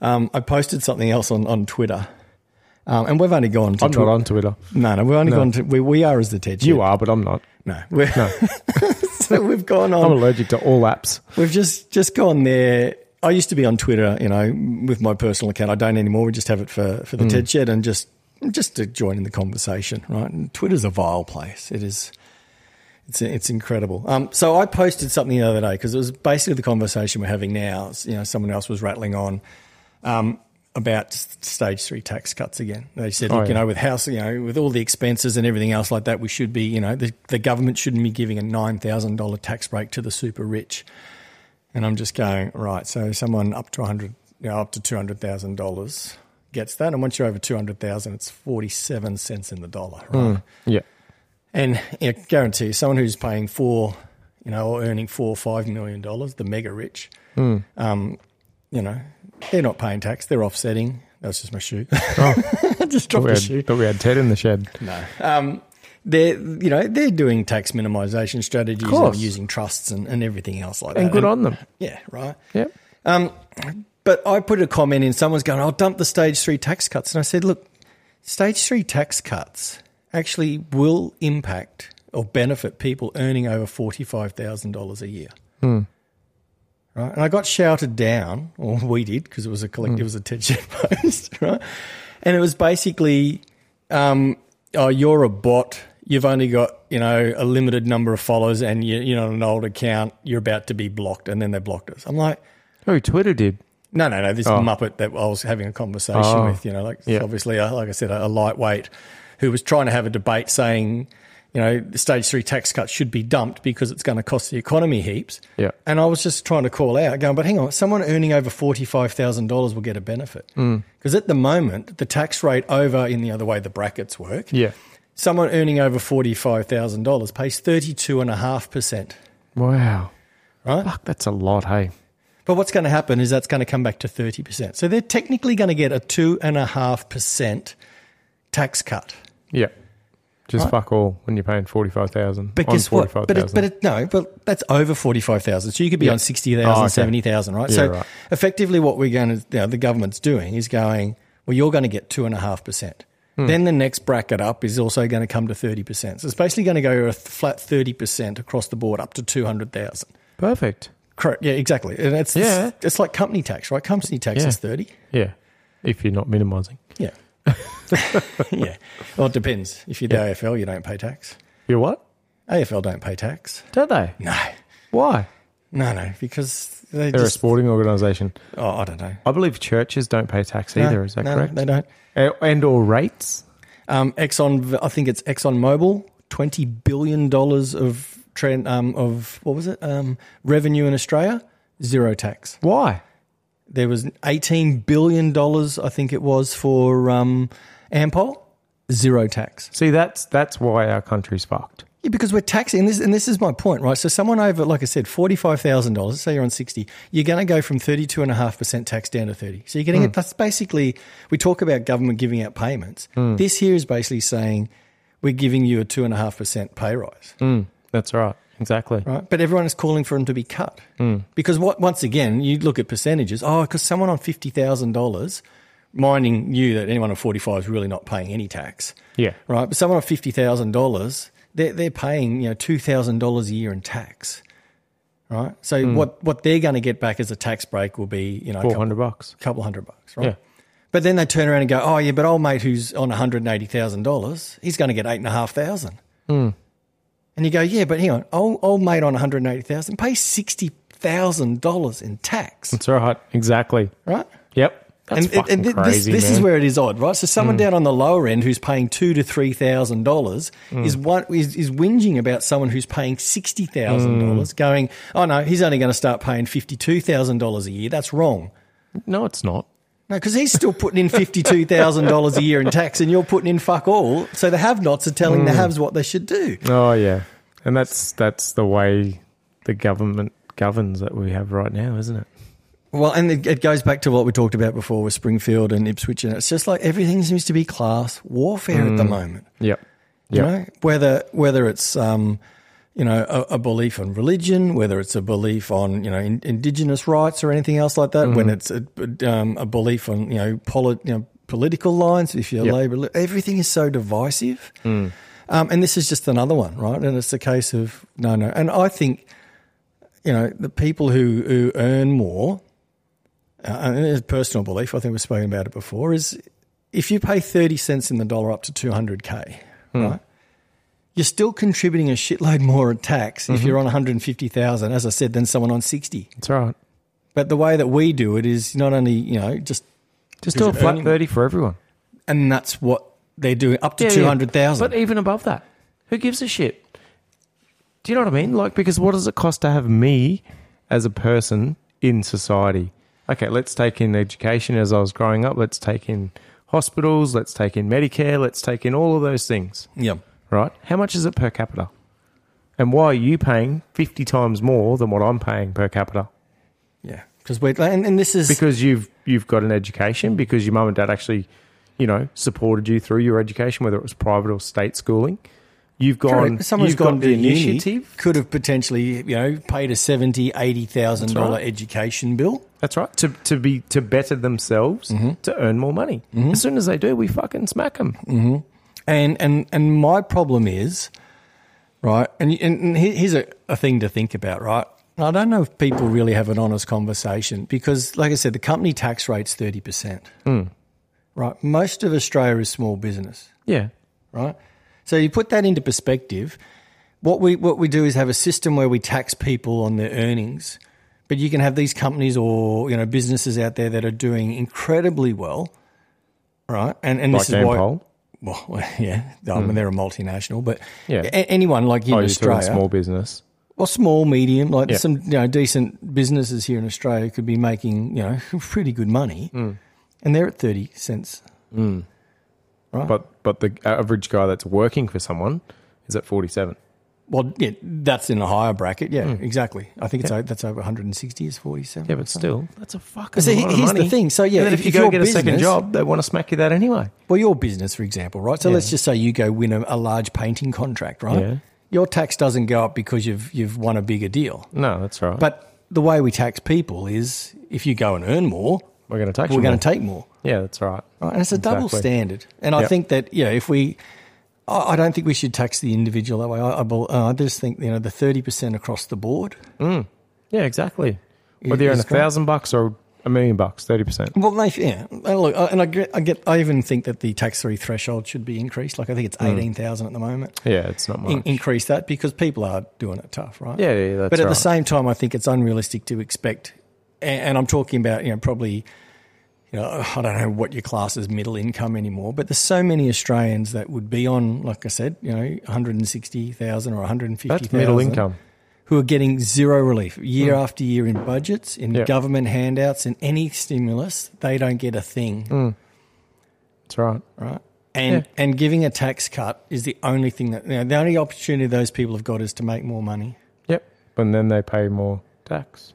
Speaker 2: Um, I posted something else on on Twitter, um, and we've only gone. To
Speaker 3: I'm
Speaker 2: Twi-
Speaker 3: not on Twitter.
Speaker 2: No, no, we've only gone to. We, we are as the Ted.
Speaker 3: You are, but I'm not.
Speaker 2: No, we're, so we've gone
Speaker 3: I'm
Speaker 2: on.
Speaker 3: allergic to all apps.
Speaker 2: We've just just gone there. I used to be on Twitter, you know, with my personal account. I don't anymore. We just have it for
Speaker 3: Hmm.
Speaker 2: for the TED Shed and just just to join in the conversation, right? And Twitter's a vile place. It is. It's it's incredible. Um, so I posted something the other day because it was basically the conversation we're having now. It's, You know, someone else was rattling on. Um, about s- stage three tax cuts again. They said,
Speaker 3: Oh,
Speaker 2: look, you
Speaker 3: yeah.
Speaker 2: know, with house, you know, with all the expenses and everything else like that, we should be, you know, the, the government shouldn't be giving a nine thousand dollar tax break to the super rich. And I'm just going right. So someone up to hundred, you know, up to two hundred thousand dollars gets that, and once you're over two hundred thousand, it's forty seven cents in the dollar, right?
Speaker 3: Yeah.
Speaker 2: And you know, guarantee you, someone who's paying four, you know, or earning four or five million dollars, the mega rich,
Speaker 3: Hmm.
Speaker 2: um, you know, they're not paying tax; they're offsetting. That was just my shoe.
Speaker 3: Oh,
Speaker 2: I just dropped
Speaker 3: we
Speaker 2: the
Speaker 3: had,
Speaker 2: shoe.
Speaker 3: thought we had Ted in the shed.
Speaker 2: No. Um, they're you know they're doing tax minimisation strategies and
Speaker 3: course.
Speaker 2: using trusts and, and everything else like
Speaker 3: And
Speaker 2: that.
Speaker 3: good on them.
Speaker 2: yeah, right.
Speaker 3: Yeah.
Speaker 2: But I put a comment in, someone's going, I'll dump the stage three tax cuts. And I said, look, stage three tax cuts actually will impact or benefit people earning over $45,000 a year. Right? And I got shouted down, or we did, because it was a collective, it was a Ted Shed post, right? And it was basically, um, oh, you're a bot. You've only got, you know, a limited number of followers and you, you're not an old account. You're about to be blocked. And then they blocked us. I'm like,
Speaker 3: Oh, Twitter did.
Speaker 2: no, no, no. This Muppet that I was having a conversation
Speaker 3: Oh.
Speaker 2: with, you know, like
Speaker 3: Yeah.
Speaker 2: obviously, uh, like I said, a, a lightweight who was trying to have a debate saying, you know, the stage three tax cuts should be dumped because it's going to cost the economy heaps.
Speaker 3: Yeah.
Speaker 2: And I was just trying to call out, going, but hang on, someone earning over $45,000 will get a benefit.
Speaker 3: Mm.
Speaker 2: Because at the moment, the tax rate over in the other way the brackets work,
Speaker 3: Yeah.
Speaker 2: someone earning over $45,000 pays 32.5%,
Speaker 3: Wow.
Speaker 2: right?
Speaker 3: Fuck, that's a lot, hey?
Speaker 2: But what's going to happen is that's going to come back to 30%. So they're technically going to get a 2.5% tax cut.
Speaker 3: Yeah. Just fuck all when you're paying 45000
Speaker 2: But
Speaker 3: on
Speaker 2: guess what? But, it,
Speaker 3: 45,000.
Speaker 2: but it, no, but that's over 45,000. So you could be on 60,000,
Speaker 3: Oh, okay.
Speaker 2: 70,000, right?
Speaker 3: Yeah,
Speaker 2: so
Speaker 3: right.
Speaker 2: effectively what we're going to, you know, the government's doing is going, well, you're going to get 2.5%.
Speaker 3: Hmm.
Speaker 2: Then the next bracket up is also going to come to 30%. So it's basically going to go a flat 30% across the board up to 200,000.
Speaker 3: Perfect.
Speaker 2: Correct. Yeah, exactly. And it's
Speaker 3: Yeah.
Speaker 2: it's, like company tax, right? Company tax
Speaker 3: Yeah.
Speaker 2: is thirty.
Speaker 3: Yeah, if you're not minimising.
Speaker 2: Yeah. yeah. Well, it depends. If you're the AFL, you don't pay tax.
Speaker 3: You what?
Speaker 2: AFL don't pay tax.
Speaker 3: Do they?
Speaker 2: No,
Speaker 3: Why?
Speaker 2: no, no, because they
Speaker 3: They're a
Speaker 2: just.
Speaker 3: sporting organisation.
Speaker 2: Oh, I don't know.
Speaker 3: I believe churches don't pay tax
Speaker 2: No,
Speaker 3: either. is that
Speaker 2: no,
Speaker 3: correct?
Speaker 2: They don't.
Speaker 3: A- And or rates?
Speaker 2: Um, Exxon, I think it's Exxon Mobil, twenty billion dollars of trend um, of what was it um, revenue in Australia, zero tax.
Speaker 3: Why?
Speaker 2: There was eighteen billion dollars, I think it was for um, Ampol, zero tax.
Speaker 3: See, that's that's why our country's fucked.
Speaker 2: Yeah, because we're taxing and this, and this is my point, right? So someone over, like I said, forty five thousand dollars. Say you're on sixty, you're going to go from thirty two and a half percent tax down to thirty. So you're getting it. That's basically we talk about government giving out payments. This here is basically saying we're giving you a two and a half percent pay rise,
Speaker 3: That's right. Exactly.
Speaker 2: right? But everyone is calling for them to be cut because what? Once again, you look at percentages. Oh, because someone on fifty thousand dollars, minding you that anyone on forty five is really not paying any tax
Speaker 3: Yeah.
Speaker 2: right? But someone on fifty thousand dollars, they're they're paying you know two thousand dollars a year in tax, right? So what what they're going to get back as a tax break will be you know a
Speaker 3: Hmm. Four
Speaker 2: couple,
Speaker 3: hundred bucks.
Speaker 2: couple hundred bucks, right?
Speaker 3: Yeah.
Speaker 2: But then they turn around and go, oh yeah, but old mate who's on one hundred and eighty thousand dollars, he's going to get eight and a half thousand.
Speaker 3: Hmm.
Speaker 2: And you go, yeah, but hang on, old, old mate on one hundred and eighty thousand pays sixty thousand dollars in tax,
Speaker 3: That's right. Exactly.
Speaker 2: right?
Speaker 3: Yep. That's
Speaker 2: and,
Speaker 3: fucking
Speaker 2: and thi-
Speaker 3: crazy,
Speaker 2: this, this is
Speaker 3: man. Hmm.
Speaker 2: where it is odd, right? So someone down on the lower end who's paying two to three thousand dollars
Speaker 3: Hmm.
Speaker 2: is one is, is whinging about someone who's paying sixty thousand
Speaker 3: Hmm.
Speaker 2: dollars, going, "Oh no, he's only going to start paying fifty two thousand dollars a year. That's wrong."
Speaker 3: No, it's not.
Speaker 2: No, because he's still putting in fifty two thousand dollars a year in tax, and you're putting in fuck all. So the have-nots are telling
Speaker 3: Hmm.
Speaker 2: the haves what they should do.
Speaker 3: Oh yeah, and that's that's the way the government governs that we have right now, isn't it?
Speaker 2: Well, and it, it goes back to what we talked about before with Springfield and Ipswich, and it's just like everything seems to be class warfare at
Speaker 3: Hmm.
Speaker 2: the moment.
Speaker 3: Yep.
Speaker 2: you
Speaker 3: Yep.
Speaker 2: know whether whether it's um, you know a, a belief on religion, whether it's a belief on you know in, indigenous rights or anything else like that, when it's a, um, a belief on you know, poli- you know political lines, if you're
Speaker 3: Yep.
Speaker 2: Labor, li- everything is so divisive. Um, and this is just another one, right? And it's a case of no, no. And I think you know the people who who earn more. Uh, and it's personal belief. I think we've spoken about it before. Is if you pay thirty cents in the dollar up to two hundred k, right? You're still contributing a shitload more in tax if you're on one hundred and fifty thousand, as I said, than someone on sixty.
Speaker 3: That's right.
Speaker 2: But the way that we do it is not only you know just,
Speaker 3: Just do a
Speaker 2: it
Speaker 3: flat
Speaker 2: earning-
Speaker 3: thirty for everyone.
Speaker 2: and that's what they're doing up to two hundred thousand.
Speaker 3: But even above that, who gives a shit? Do you know what I mean? Like, because what does it cost to have me as a person in society? Okay, let's take in education as I was growing up. Let's take in hospitals. Let's take in Medicare. Let's take in all of those things,
Speaker 2: Yeah,
Speaker 3: right? How much is it per capita? And why are you paying 50 times more than what I'm paying per capita?
Speaker 2: yeah. Because we're and, and this is
Speaker 3: Because you've, you've got an education, because your mum and dad actually, you know, supported you through your education, whether it was private or state schooling. You've gone,
Speaker 2: someone's
Speaker 3: you've
Speaker 2: gone to
Speaker 3: got the
Speaker 2: uni,
Speaker 3: initiative.
Speaker 2: could have potentially you know paid a seventy eighty thousand thousand dollar
Speaker 3: right.
Speaker 2: education bill.
Speaker 3: That's right. To to be to better themselves
Speaker 2: Mm-hmm.
Speaker 3: to earn more money. As soon as they do, we fucking smack them.
Speaker 2: Mm. And and and my problem is, right? And and, and here- here's a, a thing to think about, right? And I don't know if people really have an honest conversation because, like I said, the company tax rate's thirty percent,
Speaker 3: Hmm.
Speaker 2: right? Most of Australia is small business,
Speaker 3: Yeah.
Speaker 2: right? So you put that into perspective. What we what we do is have a system where we tax people on their earnings, but you can have these companies or you know businesses out there that are doing incredibly well, right? And and
Speaker 3: Like
Speaker 2: this is
Speaker 3: Dan
Speaker 2: why
Speaker 3: Poll.
Speaker 2: well, well, yeah, I mean they're a multinational, but
Speaker 3: Hmm. Yeah.
Speaker 2: a- anyone like in
Speaker 3: Oh, you're talking
Speaker 2: Australia,
Speaker 3: small business.
Speaker 2: well, small, medium, like
Speaker 3: Yeah.
Speaker 2: some you know decent businesses here in Australia could be making you know pretty good money,
Speaker 3: Hmm.
Speaker 2: and they're at thirty cents.
Speaker 3: But but the average guy that's working for someone is at forty seven.
Speaker 2: Well, yeah, that's in a higher bracket. Yeah,
Speaker 3: Hmm.
Speaker 2: exactly. I think it's o that's over one hundred and sixty is forty seven.
Speaker 3: Yeah, but still, that's a fucking.
Speaker 2: see,
Speaker 3: lot of
Speaker 2: here's the
Speaker 3: money.
Speaker 2: thing. So, yeah,
Speaker 3: And then
Speaker 2: if-
Speaker 3: if, you
Speaker 2: if
Speaker 3: go
Speaker 2: your
Speaker 3: get a second
Speaker 2: business-
Speaker 3: job, they want to smack you that anyway.
Speaker 2: Well, your business, for example, right? So let's just say you go win a, a large painting contract, right?
Speaker 3: Yeah.
Speaker 2: Your tax doesn't go up because you've you've won a bigger deal.
Speaker 3: No, that's right.
Speaker 2: But the way we tax people is if you go and earn more,
Speaker 3: we're going to take.
Speaker 2: we're
Speaker 3: some
Speaker 2: going
Speaker 3: more.
Speaker 2: to take more.
Speaker 3: Yeah, that's right.
Speaker 2: Right? And it's a double
Speaker 3: Exactly.
Speaker 2: standard. And I
Speaker 3: Yep.
Speaker 2: think that, you know, if we, I I don't think we should tax the individual that way. I, I, bel- uh, I just think, you know, the 30% across the board
Speaker 3: Yeah, exactly. Whether you're in a
Speaker 2: it's great.
Speaker 3: thousand bucks or a million bucks, thirty percent.
Speaker 2: Well, they, yeah. And Look, I- and I get, I get, I even think that the tax free threshold should be increased. Like I think it's
Speaker 3: Hmm.
Speaker 2: eighteen thousand at the moment.
Speaker 3: Yeah, it's not much.
Speaker 2: In, increase that because people are doing it tough, right?
Speaker 3: yeah, yeah, that's
Speaker 2: but at
Speaker 3: right.
Speaker 2: the same time, I think it's unrealistic to expect. And, and I'm talking about you know probably, you know, I don't know what your class is middle income anymore. But there's so many Australians that would be on, like I said, you know, one hundred and sixty thousand or one hundred and fifty thousand
Speaker 3: that's middle income. Hmm.
Speaker 2: who are getting zero relief year after year in budgets, in
Speaker 3: Yeah.
Speaker 2: government handouts, in any stimulus. They don't get a thing,
Speaker 3: That's right.
Speaker 2: right? And
Speaker 3: Yeah.
Speaker 2: and giving a tax cut is the only thing that you know, the only opportunity those people have got is to make more money.
Speaker 3: Yep. And then they pay more tax.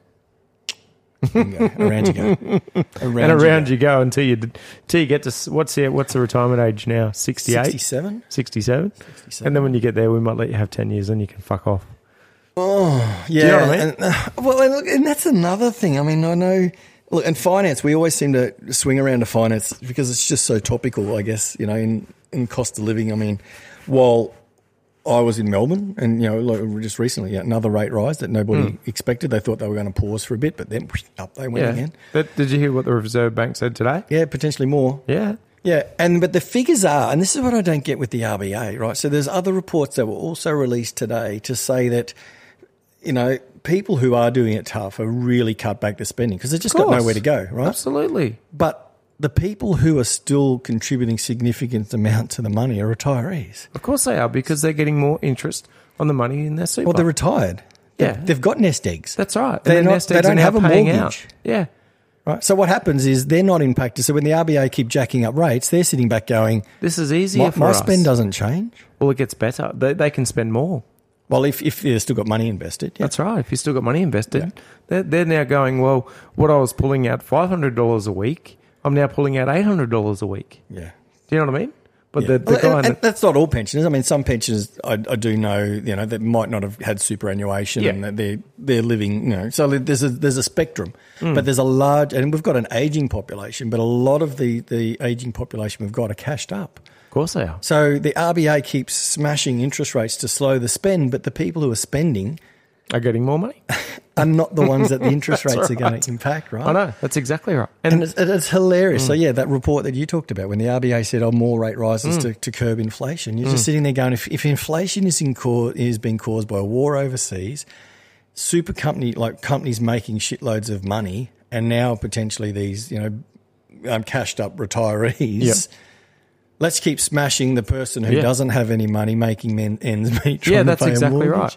Speaker 2: Bingo. around you go,
Speaker 3: And
Speaker 2: around,
Speaker 3: around you go until you until you get to s- what's the what's the retirement age now? 68?
Speaker 2: sixty-seven.
Speaker 3: 67?
Speaker 2: 67.
Speaker 3: And then when you get there, we might let you have ten years, and you can fuck off.
Speaker 2: Yeah,
Speaker 3: know what I mean?
Speaker 2: and, uh, well, and, look, and that's another thing. I mean, I know. Look, and finance, we always seem to swing around to finance because it's just so topical, I guess. You know, in in cost of living. I mean, while I was in Melbourne, and you know, like just recently, yeah, another rate rise that nobody
Speaker 3: Hmm.
Speaker 2: expected. They thought they were going to pause for a bit, but then up they went again.
Speaker 3: But did you hear what the Reserve Bank said today?
Speaker 2: Yeah, potentially more.
Speaker 3: Yeah.
Speaker 2: Yeah, and but the figures are, and this is what I don't get with the RBA, right? So there's other reports that were also released today to say that, you know, people who are doing it tough are really cut back their spending because they've just got
Speaker 3: course.
Speaker 2: nowhere to go, right?
Speaker 3: Absolutely.
Speaker 2: But the people who are still contributing significant amount to the money are retirees.
Speaker 3: Of course they are because they're getting more interest on the money in their super.
Speaker 2: Well, they're retired. They've-
Speaker 3: Yeah.
Speaker 2: they've got nest eggs.
Speaker 3: That's right.
Speaker 2: They're
Speaker 3: and
Speaker 2: not-
Speaker 3: their
Speaker 2: they
Speaker 3: states
Speaker 2: don't
Speaker 3: are now
Speaker 2: have a
Speaker 3: paying
Speaker 2: mortgage.
Speaker 3: Out. Yeah.
Speaker 2: right. So what happens is they're not impacted. So when the RBA keep jacking up rates, they're sitting back going,
Speaker 3: This is easier
Speaker 2: "My,
Speaker 3: for
Speaker 2: my
Speaker 3: us.
Speaker 2: spend doesn't change."
Speaker 3: well, it gets better. They, they can spend more.
Speaker 2: Well, if if they've still got money invested, yeah.
Speaker 3: That's right. If you still got money invested, they're, they're now going, well, what I was pulling out $500 a week, I'm now pulling out $800 a week.
Speaker 2: yeah.
Speaker 3: Do you know what I mean? But the, the
Speaker 2: Well,
Speaker 3: guy
Speaker 2: and,
Speaker 3: that-
Speaker 2: and that's not all pensioners. I mean, some pensioners I, I do know, you know, that might not have had superannuation
Speaker 3: Yeah.
Speaker 2: and that they're they're living, you know. So there's a there's a spectrum,
Speaker 3: Mm.
Speaker 2: but there's a large, and we've got an aging population, but a lot of the the aging population we've got are cashed up.
Speaker 3: of course they are.
Speaker 2: So the RBA keeps smashing interest rates to slow the spend, but the people who are spending
Speaker 3: Are getting more money.
Speaker 2: are not the ones that the interest rates are going to impact, right?
Speaker 3: I know. That's exactly right.
Speaker 2: And it's, it's hilarious.
Speaker 3: Mm.
Speaker 2: So yeah, that report that you talked about when the RBA said, "Oh, more rate rises
Speaker 3: Mm.
Speaker 2: to, to curb inflation," you're just sitting there going, "If, if inflation is in cau- is being caused by a war overseas, super company like companies making shitloads of money, and now potentially these you know um, cashed up retirees."
Speaker 3: Yep.
Speaker 2: Let's keep smashing the person who
Speaker 3: Yeah.
Speaker 2: doesn't have any money, making men, ends meet. trying
Speaker 3: yeah,
Speaker 2: to
Speaker 3: that's
Speaker 2: pay a
Speaker 3: exactly
Speaker 2: mortgage.
Speaker 3: right.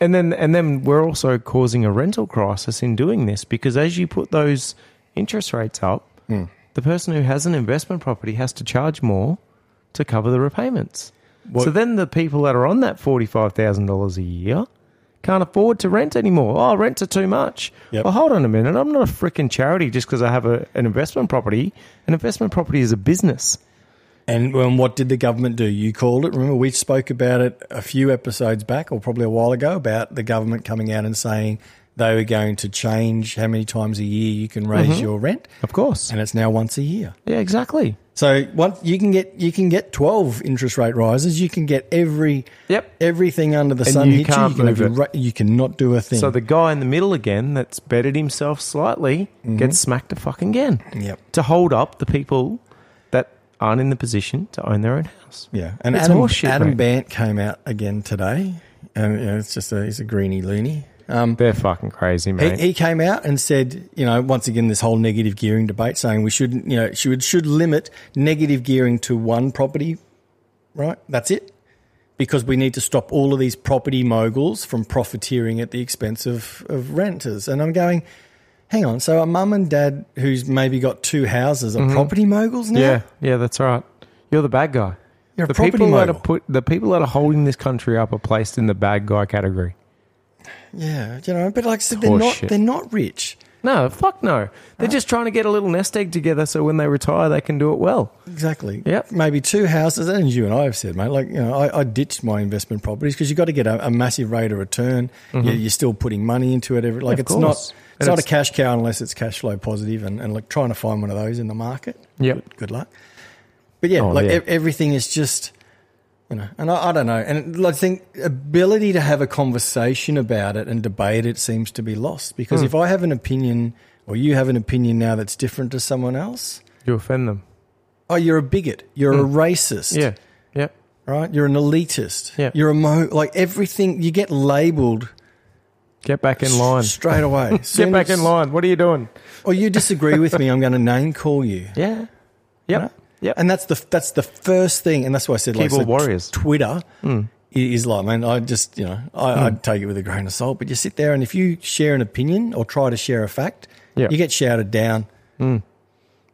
Speaker 3: And then and then we're also causing a rental crisis in doing this because as you put those interest rates up,
Speaker 2: Hmm.
Speaker 3: the person who has an investment property has to charge more to cover the repayments. So then the people that are on that forty five thousand dollars a year can't afford to rent anymore. Oh, rents are too much.
Speaker 2: Yep.
Speaker 3: Well, hold on a minute. I'm not a freaking charity just because I have a, an investment property. An investment property is a business.
Speaker 2: And, and what did the government do? You called it. Remember, we spoke about it a few episodes back, or probably a while ago, about the government coming out and saying they were going to change how many times a year you can raise
Speaker 3: Mm-hmm.
Speaker 2: your rent,
Speaker 3: Of course.
Speaker 2: and it's now once a year.
Speaker 3: Yeah, exactly.
Speaker 2: So once you can get you can get twelve interest rate rises, you can get every
Speaker 3: Yep.
Speaker 2: everything under the sun.
Speaker 3: you
Speaker 2: hit
Speaker 3: can't
Speaker 2: you. can have
Speaker 3: move
Speaker 2: your
Speaker 3: it.
Speaker 2: ra- you cannot do a thing.
Speaker 3: So the guy in the middle again that's bettered himself slightly gets smacked a fucking again.
Speaker 2: Yep.
Speaker 3: To hold up the people that aren't in the position to own their own house.
Speaker 2: Yeah, and
Speaker 3: It's
Speaker 2: Adam,
Speaker 3: horseshit,
Speaker 2: Adam
Speaker 3: mate.
Speaker 2: Bant came out again today, and you know, it's just a, he's a greeny loony.
Speaker 3: Mm. They're fucking crazy, mate.
Speaker 2: He, he came out and said, you know, once again, this whole negative gearing debate, saying we shouldn't, you know, should should limit negative gearing to one property, right? That's it, because we need to stop all of these property moguls from profiteering at the expense of of renters. And I'm going, hang on, so a mum and dad who's maybe got two houses are property moguls now?
Speaker 3: yeah, yeah, that's right. You're the bad guy.
Speaker 2: You're a
Speaker 3: the
Speaker 2: property
Speaker 3: people that
Speaker 2: mogul.
Speaker 3: are put the people that are holding this country up are placed in the bad guy category.
Speaker 2: yeah, you know, but like I said, they're not
Speaker 3: Horseshit.
Speaker 2: they're not rich.
Speaker 3: No, fuck no. They're just trying to get a little nest egg together so when they retire they can do it well.
Speaker 2: Exactly.
Speaker 3: Yep.
Speaker 2: Maybe two houses, and as you and I have said, mate. Like you know, I, I ditched my investment properties because you've got to get a, a massive rate of return. You're, you're still putting money into it. Every like
Speaker 3: Mm-hmm. Of
Speaker 2: it's
Speaker 3: course.
Speaker 2: not it's
Speaker 3: And
Speaker 2: not a
Speaker 3: it's-
Speaker 2: cash cow unless it's cash flow positive, and, and like trying to find one of those in the market.
Speaker 3: Yep.
Speaker 2: Good luck. But yeah,
Speaker 3: Oh,
Speaker 2: like
Speaker 3: yeah.
Speaker 2: E- everything is just you know, and I, I don't know. And I think ability to have a conversation about it and debate it seems to be lost
Speaker 3: Hmm.
Speaker 2: because if I have an opinion or you have an opinion now that's different to someone else,
Speaker 3: You offend them.
Speaker 2: oh, you're a bigot, you're a racist,
Speaker 3: Hmm. Yeah. Yeah.
Speaker 2: right? You're an elitist,
Speaker 3: Yeah.
Speaker 2: you're a mo, like everything. You get labelled
Speaker 3: Get back in line.
Speaker 2: straight away.
Speaker 3: Get back in line. What are you doing?
Speaker 2: Or you disagree with me, I'm going to name call you.
Speaker 3: Yeah. Yep.
Speaker 2: Right?
Speaker 3: Yep.
Speaker 2: And that's the that's the first thing, and that's why I said like
Speaker 3: Keyboard
Speaker 2: so
Speaker 3: warriors. Hmm.
Speaker 2: t- Twitter i- is like, man, I just you know I, I take it with a grain of salt, but you sit there and if you share an opinion or try to share a fact,
Speaker 3: Yeah.
Speaker 2: you get shouted down.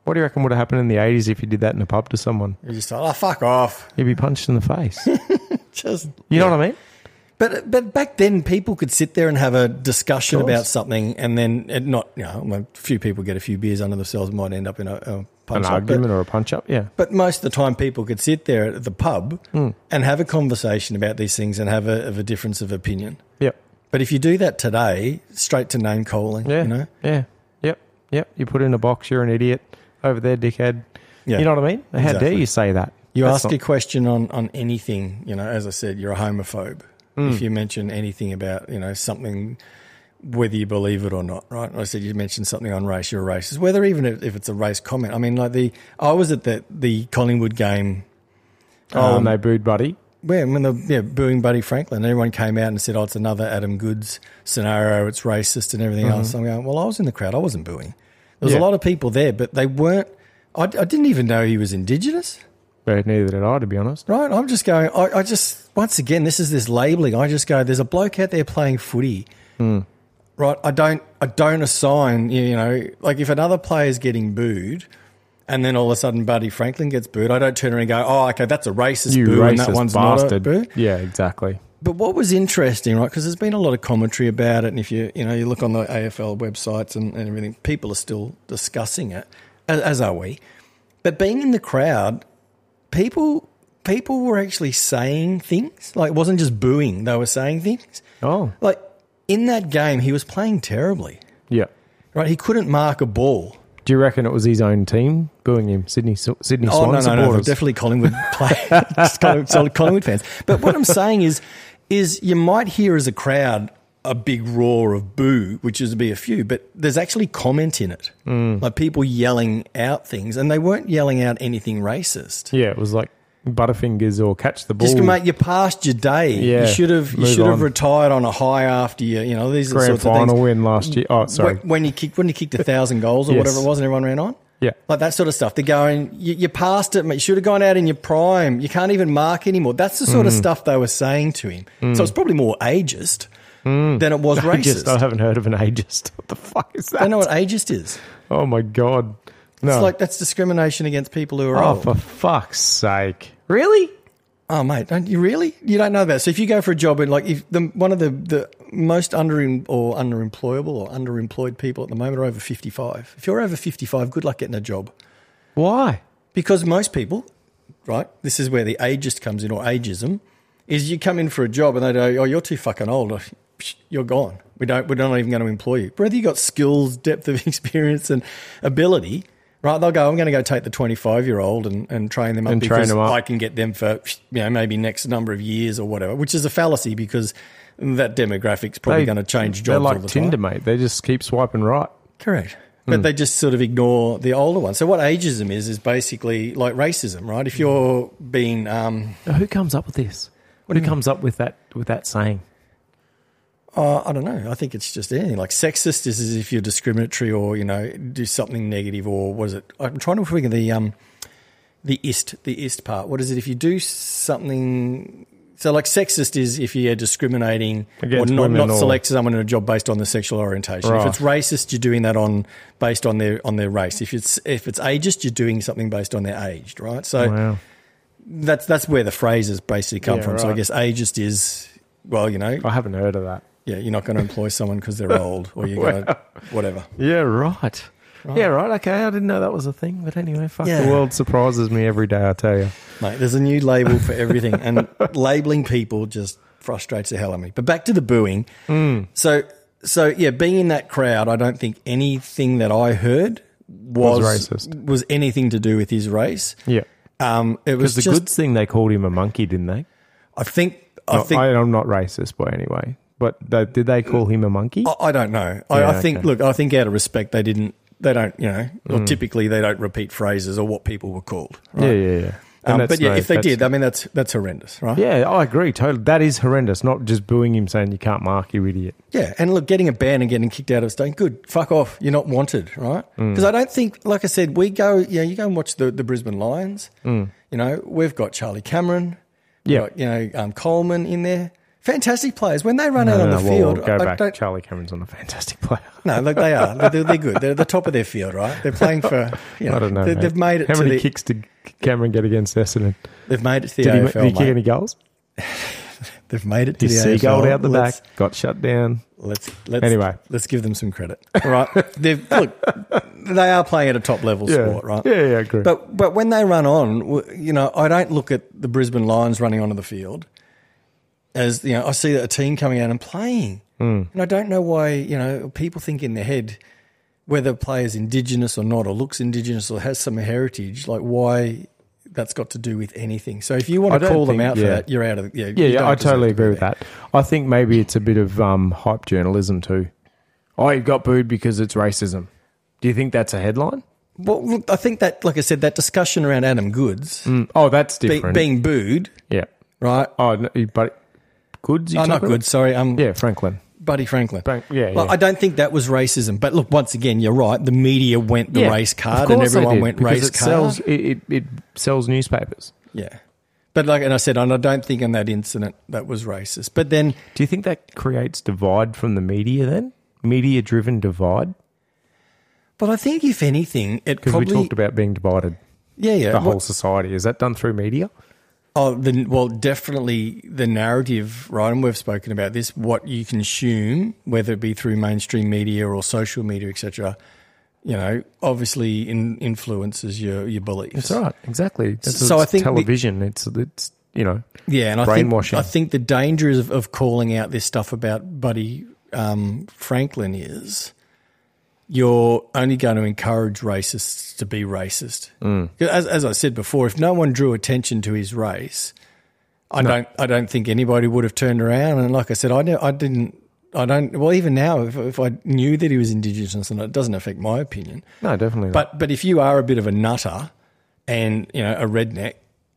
Speaker 3: what do you reckon would have happened in the 80s if you did that in a pub to someone?
Speaker 2: You just like, oh fuck off,
Speaker 3: You'd be punched in the face. You
Speaker 2: just.
Speaker 3: know what I mean?
Speaker 2: But but back then, people could sit there and have a discussion
Speaker 3: Of course.
Speaker 2: about something, and then it not you know well, a few people get a few beers under themselves, might end up in a, a
Speaker 3: An
Speaker 2: punch up, but-
Speaker 3: argument or a punch up. Yeah.
Speaker 2: But most of the time, people could sit there at the pub
Speaker 3: Hmm.
Speaker 2: and have a conversation about these things and have a, of a difference of opinion.
Speaker 3: Yep.
Speaker 2: But if you do that today, straight to name calling,
Speaker 3: Yeah.
Speaker 2: you know,
Speaker 3: Yeah. Yep. Yep. You put in a box, you're an idiot. Over there, dickhead.
Speaker 2: Yeah.
Speaker 3: You know what I mean? How
Speaker 2: Exactly.
Speaker 3: dare you say that?
Speaker 2: you
Speaker 3: That's
Speaker 2: ask
Speaker 3: not-
Speaker 2: a question on, on anything, you know, as I said, you're a homophobe.
Speaker 3: Hmm.
Speaker 2: If you mention anything about, you know, something, whether you believe it or not, right? I said you mentioned something on race, you're a racist. Whether even if, if it's a race comment, I mean, like the, I was at the, the Collingwood game
Speaker 3: Oh,
Speaker 2: um,
Speaker 3: and they booed Buddy.
Speaker 2: Yeah, when the yeah, booing Buddy Franklin, everyone came out and said, "Oh, it's another Adam Goods scenario. It's racist and everything else." I'm going, "Well, I was in the crowd. I wasn't booing. There was
Speaker 3: Mm-hmm. Yeah.
Speaker 2: a lot of people there, but they weren't. I, I didn't even know he was Indigenous,
Speaker 3: But neither did I, to be honest.
Speaker 2: right? I'm just going. I, I just once again, this is this labeling. I just go. There's a bloke out there playing footy,
Speaker 3: Hmm.
Speaker 2: right? I don't. I don't assign. You know, like if another player's getting booed. And then all of a sudden, Buddy Franklin gets booed. I don't turn around and go, "Oh, okay, that's a racist
Speaker 3: You
Speaker 2: boo,
Speaker 3: racist
Speaker 2: and that one's
Speaker 3: bastard.
Speaker 2: not a boo."
Speaker 3: Yeah, exactly.
Speaker 2: But what was interesting, right? Because there's been a lot of commentary about it, and if you you know you look on the AFL websites and, and everything, people are still discussing it, as, as are we. But being in the crowd, people people were actually saying things. Like it wasn't just booing; they were saying things.
Speaker 3: Oh,
Speaker 2: Like in that game, he was playing terribly.
Speaker 3: yeah.
Speaker 2: Right, he couldn't mark a ball.
Speaker 3: Do you reckon it was his own team booing him, Sydney Sydney
Speaker 2: Oh
Speaker 3: Swan
Speaker 2: no, no, no,
Speaker 3: supporters?
Speaker 2: definitely Collingwood play, just Collingwood, solid Collingwood fans. But what I'm saying is, is you might hear as a crowd a big roar of boo, which is to be a few, but there's actually comment in it,
Speaker 3: Mm.
Speaker 2: like people yelling out things, and they weren't yelling out anything racist.
Speaker 3: Yeah, it was like butterfingers or catch the ball.
Speaker 2: Just mate, you passed your day.
Speaker 3: Yeah,
Speaker 2: you should have you
Speaker 3: move
Speaker 2: should
Speaker 3: on.
Speaker 2: have retired on a high after you. You know these are the
Speaker 3: grand
Speaker 2: sorts of things.
Speaker 3: final win last year. Oh, sorry.
Speaker 2: When, when you kicked when you kicked a thousand goals or
Speaker 3: Yes.
Speaker 2: whatever it was, and everyone ran on.
Speaker 3: Yeah.
Speaker 2: like that sort of stuff. They're going, you, you passed it, mate. You should have gone out in your prime. You can't even mark anymore. That's the sort
Speaker 3: Mm.
Speaker 2: of stuff they were saying to him. So it's probably more ageist than it was
Speaker 3: Mm. ageist. I
Speaker 2: racist.
Speaker 3: haven't heard of an ageist. What the fuck is
Speaker 2: I
Speaker 3: that?
Speaker 2: know what ageist is.
Speaker 3: Oh my god. No.
Speaker 2: It's like that's discrimination against people who are
Speaker 3: oh,
Speaker 2: old.
Speaker 3: for fuck's sake. Really?
Speaker 2: Oh mate, don't you really? You don't know that. So if you go for a job and like if the one of the, the most under or underemployable or underemployed people at the moment are over fifty five. If you're over fifty five, good luck getting a job.
Speaker 3: Why?
Speaker 2: Because most people, right, this is where the ageist comes in or ageism, is you come in for a job and they go, oh, you're too fucking old. Oh, psh, You're gone. We don't, we're not even going to employ you. Whether you've got skills, depth of experience and ability, right, they'll go, I'm going to go take the 25 year old and, and train them up
Speaker 3: And train
Speaker 2: because
Speaker 3: them up.
Speaker 2: I can get them for, psh, you know, maybe next number of years or whatever, which is a fallacy because that demographic's probably
Speaker 3: They-
Speaker 2: going to change jobs
Speaker 3: They're
Speaker 2: all
Speaker 3: like
Speaker 2: the
Speaker 3: Tinder,
Speaker 2: time.
Speaker 3: mate. They just keep swiping right.
Speaker 2: Correct. But they just sort of ignore the older ones. So what ageism is is basically like racism, right? If you're being, um,
Speaker 3: Who comes up with this? Who comes up with that with that saying?
Speaker 2: uh, I don't know, I think it's just anything like sexist is as if you're discriminatory or you know do something negative or what is it? I'm trying to figure the um, the ist the ist part. What is it if you do something? So like sexist is if you're discriminating
Speaker 3: Against
Speaker 2: or not,
Speaker 3: women
Speaker 2: not
Speaker 3: or-
Speaker 2: select someone in a job based on their sexual orientation.
Speaker 3: Right.
Speaker 2: If it's racist, you're doing that on based on their on their race. If it's if it's ageist, you're doing something based on their age, right? So
Speaker 3: Wow.
Speaker 2: that's that's where the phrases basically come
Speaker 3: Yeah,
Speaker 2: from. So I
Speaker 3: right.
Speaker 2: guess ageist is well, you know,
Speaker 3: I haven't heard of that.
Speaker 2: yeah, you're not going to employ someone because they're old or you're going to whatever.
Speaker 3: Yeah, right. Yeah, right. Okay, I didn't know that was a thing, but anyway, fuck
Speaker 2: Yeah.
Speaker 3: the world surprises me every day. I tell you.
Speaker 2: Mate, there's a new label for everything, and labeling people just frustrates the hell out of me. But back to the booing.
Speaker 3: Hmm.
Speaker 2: So, so yeah, being in that crowd, I don't think anything that I heard was
Speaker 3: Was racist.
Speaker 2: was anything to do with his race.
Speaker 3: Yeah.
Speaker 2: Um, it was
Speaker 3: Because the
Speaker 2: just,
Speaker 3: good thing they called him a monkey, didn't they?
Speaker 2: I think, I
Speaker 3: No,
Speaker 2: think,
Speaker 3: I, am not racist by anyway. But they, did they call him a monkey?
Speaker 2: I, I don't know. I,
Speaker 3: Yeah,
Speaker 2: I think,
Speaker 3: okay. Hmm.
Speaker 2: look, I think out of respect, they didn't, they don't, you know, or typically they don't repeat phrases or what people were called. Right?
Speaker 3: Yeah, yeah, yeah. And
Speaker 2: Um,
Speaker 3: that's
Speaker 2: but yeah,
Speaker 3: no-
Speaker 2: if they
Speaker 3: that's-
Speaker 2: did, I mean, that's that's horrendous, right?
Speaker 3: yeah, I agree. Totally, that is horrendous. Not just booing him, saying you can't mark, you idiot.
Speaker 2: Yeah, and look, getting a ban and getting kicked out of state, good, fuck off. You're not wanted, right?
Speaker 3: Mm.
Speaker 2: Because I don't think, like I said, we go, you know, you go and watch the, the Brisbane Lions. You know, we've got Charlie Cameron, we've
Speaker 3: Mm. Yeah.
Speaker 2: got, you know, um, Coleman in there. Fantastic players. When they run out on
Speaker 3: No,
Speaker 2: the
Speaker 3: no, uh, well,
Speaker 2: field,
Speaker 3: go
Speaker 2: I
Speaker 3: back.
Speaker 2: don't-
Speaker 3: Charlie Cameron's on a fantastic player.
Speaker 2: no, look, they are. They're, they're good. They're at the top of their field, right? They're playing for, you know,
Speaker 3: I don't know.
Speaker 2: they,
Speaker 3: mate.
Speaker 2: have made it
Speaker 3: How
Speaker 2: to
Speaker 3: many
Speaker 2: the,
Speaker 3: kicks did Cameron get against Essendon?
Speaker 2: they've made it to the
Speaker 3: Did he,
Speaker 2: AFL,
Speaker 3: did he kick
Speaker 2: mate.
Speaker 3: any goals?
Speaker 2: They've made it to
Speaker 3: He
Speaker 2: the
Speaker 3: seagulled
Speaker 2: AFL.
Speaker 3: out the
Speaker 2: Let's-
Speaker 3: back, got shut down.
Speaker 2: Let's let's
Speaker 3: Anyway.
Speaker 2: Let's give them some credit, right? They've, look, they are playing at a top level
Speaker 3: Yeah,
Speaker 2: sport, right?
Speaker 3: yeah, yeah, I agree.
Speaker 2: But but when they run on, w- you know, I don't look at the Brisbane Lions running onto the field as you know. I see a team coming out and playing,
Speaker 3: Hmm.
Speaker 2: and I don't know why you know people think in their head whether a player's indigenous or not, or looks indigenous or has some heritage. Like why that's got to do with anything. So if you
Speaker 3: I
Speaker 2: want to
Speaker 3: don't
Speaker 2: call them
Speaker 3: think-
Speaker 2: out for
Speaker 3: yeah.
Speaker 2: that, you're out of yeah.
Speaker 3: Yeah,
Speaker 2: you
Speaker 3: yeah,
Speaker 2: don't
Speaker 3: I
Speaker 2: deserve
Speaker 3: totally
Speaker 2: to be
Speaker 3: agree with
Speaker 2: there.
Speaker 3: that. I think maybe it's a bit of um, hype journalism too. Oh, you got booed because it's racism. Do you think that's a headline?
Speaker 2: Well, look, I think that, like I said, that discussion around Adam Goods
Speaker 3: Mm, Oh, that's
Speaker 2: be,
Speaker 3: different.
Speaker 2: being booed,
Speaker 3: yeah.
Speaker 2: right?
Speaker 3: Oh, no, but goods. You
Speaker 2: Oh, not
Speaker 3: talking
Speaker 2: good. Sorry, um,
Speaker 3: about? Yeah, Franklin.
Speaker 2: Buddy Franklin.
Speaker 3: Frank- yeah,
Speaker 2: Well,
Speaker 3: yeah.
Speaker 2: I don't think that was racism. But look, once again, you're right. The media went the
Speaker 3: Yeah,
Speaker 2: race
Speaker 3: of
Speaker 2: card, and
Speaker 3: course they
Speaker 2: everyone
Speaker 3: did,
Speaker 2: went
Speaker 3: because
Speaker 2: race
Speaker 3: it
Speaker 2: card.
Speaker 3: Sells, it, it, it sells newspapers.
Speaker 2: Yeah, but like, and I said, and I don't think in that incident that was racist. But then,
Speaker 3: Do you think that creates divide from the media? Then media-driven divide
Speaker 2: but I think if anything, it
Speaker 3: because we
Speaker 2: probably
Speaker 3: talked about being divided.
Speaker 2: yeah, yeah,
Speaker 3: The
Speaker 2: Well,
Speaker 3: whole society is that done through media?
Speaker 2: Oh, the, well, definitely the narrative, right? And we've spoken about this. What you consume, whether it be through mainstream media or social media, etc., you know, obviously in, influences your your beliefs.
Speaker 3: That's right. Exactly. That's
Speaker 2: So
Speaker 3: it's
Speaker 2: I think the-
Speaker 3: television. it's it's you know
Speaker 2: Yeah, and I
Speaker 3: Brainwashing.
Speaker 2: Think, I think the danger is of, of calling out this stuff about Buddy um, Franklin is you're only going to encourage racists to be racist. As, as I said before, if no one drew attention to his race, I don't. I don't think anybody would have turned around. And like I said, I know, I didn't. I don't. Well, even now, if, if I knew that he was indigenous, and it doesn't affect my opinion,
Speaker 3: no definitely. Not.
Speaker 2: but but if you are a bit of a nutter and you know a redneck,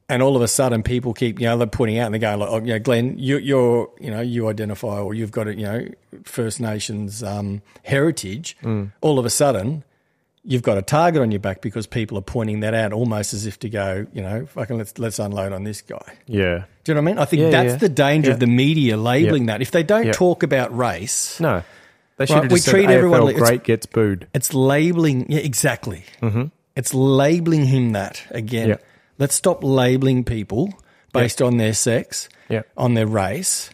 Speaker 2: and all of a sudden people keep you know they're pointing out and they're going like, oh, you know, Glenn, you, you're you know you identify or you've got a you know First Nations um, heritage.
Speaker 3: Mm.
Speaker 2: All of a sudden. You've got a target on your back because people are pointing that out, almost as if to go, you know, fucking let's let's unload on this guy.
Speaker 3: yeah.
Speaker 2: Do you know what I mean? I think
Speaker 3: Yeah,
Speaker 2: that's
Speaker 3: yeah.
Speaker 2: the danger of the
Speaker 3: Yeah.
Speaker 2: media labeling that. If they don't
Speaker 3: Yeah.
Speaker 2: talk about race,
Speaker 3: No. They should
Speaker 2: Right,
Speaker 3: have
Speaker 2: we
Speaker 3: just said
Speaker 2: treat
Speaker 3: AFL
Speaker 2: everyone like- it's-
Speaker 3: great gets booed.
Speaker 2: It's labeling, yeah, exactly. Mm-hmm. It's labeling him that again.
Speaker 3: Yeah.
Speaker 2: Let's stop labeling people based on their sex,
Speaker 3: Yeah.
Speaker 2: on their race,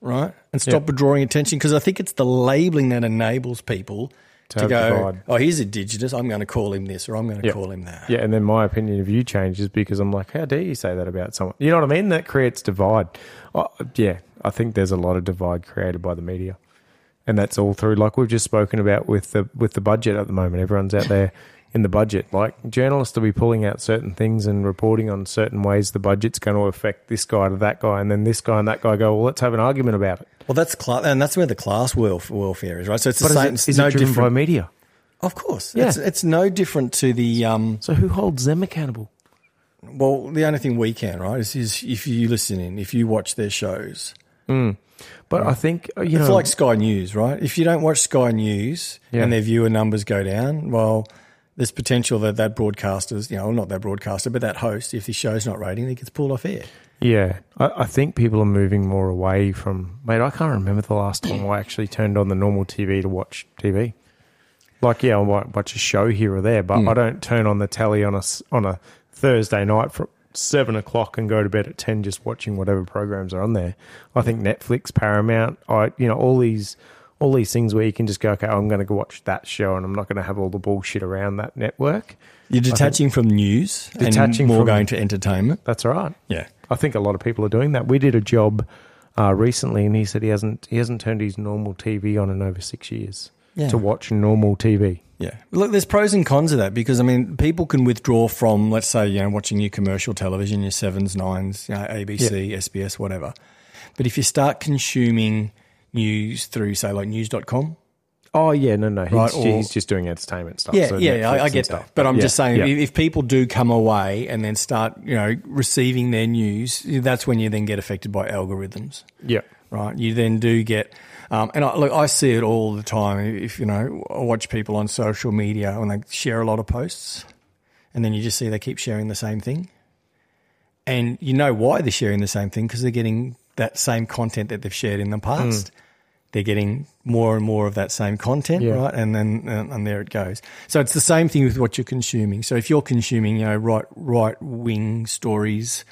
Speaker 2: right? And stop drawing attention because I think it's the labeling that enables people to,
Speaker 3: have
Speaker 2: go,
Speaker 3: divide.
Speaker 2: oh, he's indigenous. I'm going to call him this or I'm going to call him that.
Speaker 3: Yeah, and then my opinion of you changes because I'm like, how dare you say that about someone? You know what I mean? That creates divide. Uh, yeah, I think there's a lot of divide created by the media, and that's all through like we've just spoken about with the with the budget at the moment. Everyone's out there in the budget. Like journalists will be pulling out certain things and reporting on certain ways the budget's going to affect this guy to that guy, and then this guy and that guy go, well, let's have an argument about it.
Speaker 2: Well, that's class, and that's where the class welf- welfare is, right? So it's the
Speaker 3: But is
Speaker 2: same.
Speaker 3: it,
Speaker 2: it's
Speaker 3: is
Speaker 2: no
Speaker 3: it driven
Speaker 2: different.
Speaker 3: by media?
Speaker 2: of course,
Speaker 3: Yeah.
Speaker 2: it's, it's no different to the um,
Speaker 3: So who holds them accountable?
Speaker 2: Well, the only thing we can, right, is, is if you listen in, if you watch their shows.
Speaker 3: But I think uh, you
Speaker 2: It's
Speaker 3: know,
Speaker 2: like Sky News, right? If you don't watch Sky News
Speaker 3: Yeah.
Speaker 2: and their viewer numbers go down, well, there's potential that that broadcaster's, you know, not that broadcaster, but that host, if the show's not rating, he gets pulled off air.
Speaker 3: yeah, I, I think people are moving more away from. Mate, I can't remember the last time I actually turned on the normal TV to watch TV. Like, yeah, I might watch a show here or there, but I don't turn on the telly on a s- on a Thursday night from seven o'clock and go to bed at ten, just watching whatever programs are on there. I think Netflix, Paramount, I you know all these. All these things where you can just go, okay, I'm going to go watch that show, and I'm not going to have all the bullshit around that network.
Speaker 2: You're detaching from news
Speaker 3: Detaching
Speaker 2: and more
Speaker 3: from-
Speaker 2: going to entertainment.
Speaker 3: That's all right.
Speaker 2: Yeah.
Speaker 3: I think a lot of people are doing that. We did a job uh, recently, and he said he hasn't he hasn't turned his normal TV on in over six years
Speaker 2: Yeah.
Speaker 3: to watch normal TV.
Speaker 2: Yeah. Look, there's pros and cons of that because, I mean, people can withdraw from, let's say, you know, watching your commercial television, your sevens, nines, you know, ABC, SBS, whatever. But if you start consuming news through, say, like news.com,
Speaker 3: Oh yeah, no, no, he's,
Speaker 2: Right, or-
Speaker 3: he's just doing entertainment stuff.
Speaker 2: yeah,
Speaker 3: so
Speaker 2: yeah,
Speaker 3: Netflix
Speaker 2: I, I
Speaker 3: and
Speaker 2: get
Speaker 3: stuff.
Speaker 2: that. But I'm
Speaker 3: Yeah,
Speaker 2: just saying,
Speaker 3: yeah.
Speaker 2: if, if people do come away and then start, you know, receiving their news, that's when you then get affected by algorithms.
Speaker 3: yeah,
Speaker 2: right? You then do get, um, and I, look, I see it all the time. If you know, I watch people on social media and they share a lot of posts, and then you just see they keep sharing the same thing, and you know why they're sharing the same thing because they're getting that same content that they've shared in the past. They're getting more and more of that same content,
Speaker 3: Yeah.
Speaker 2: right? And then uh, and, and there it goes. So it's the same thing with what you're consuming. So if you're consuming, you know, right right wing stories,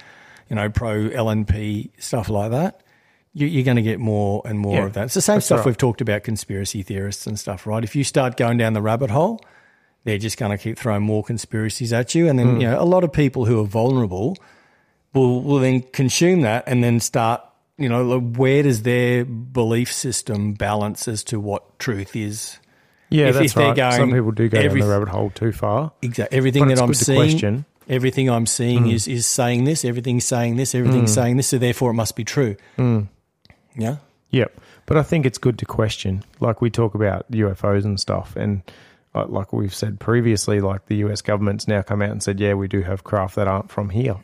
Speaker 2: you know, pro LNP stuff like that, you, you're going to get more and more
Speaker 3: Yeah,
Speaker 2: of that. It's the same stuff we've talked about conspiracy theorists and stuff, right? If you start going down the rabbit hole, they're just going to keep throwing more conspiracies at you, and
Speaker 3: Hmm.
Speaker 2: then you know a lot of people who are vulnerable will will then consume that and then start. You know, like, where does their belief system balance as to what truth is?
Speaker 3: yeah,
Speaker 2: If-
Speaker 3: that's
Speaker 2: if they're
Speaker 3: right. Some
Speaker 2: going
Speaker 3: people do go
Speaker 2: every-
Speaker 3: down the rabbit hole too far.
Speaker 2: Exactly. Everything
Speaker 3: But
Speaker 2: that
Speaker 3: it's
Speaker 2: I'm
Speaker 3: good to
Speaker 2: seeing,
Speaker 3: question. Hmm.
Speaker 2: everything I'm seeing is is saying this. Everything's saying this. Everything's saying this. So therefore, it must be true.
Speaker 3: Hmm.
Speaker 2: Yeah.
Speaker 3: Yep. But I think it's good to question. Like we talk about UFOs and stuff. And uh, like we've said previously, like the US government's now come out and said, yeah, we do have craft that aren't from here.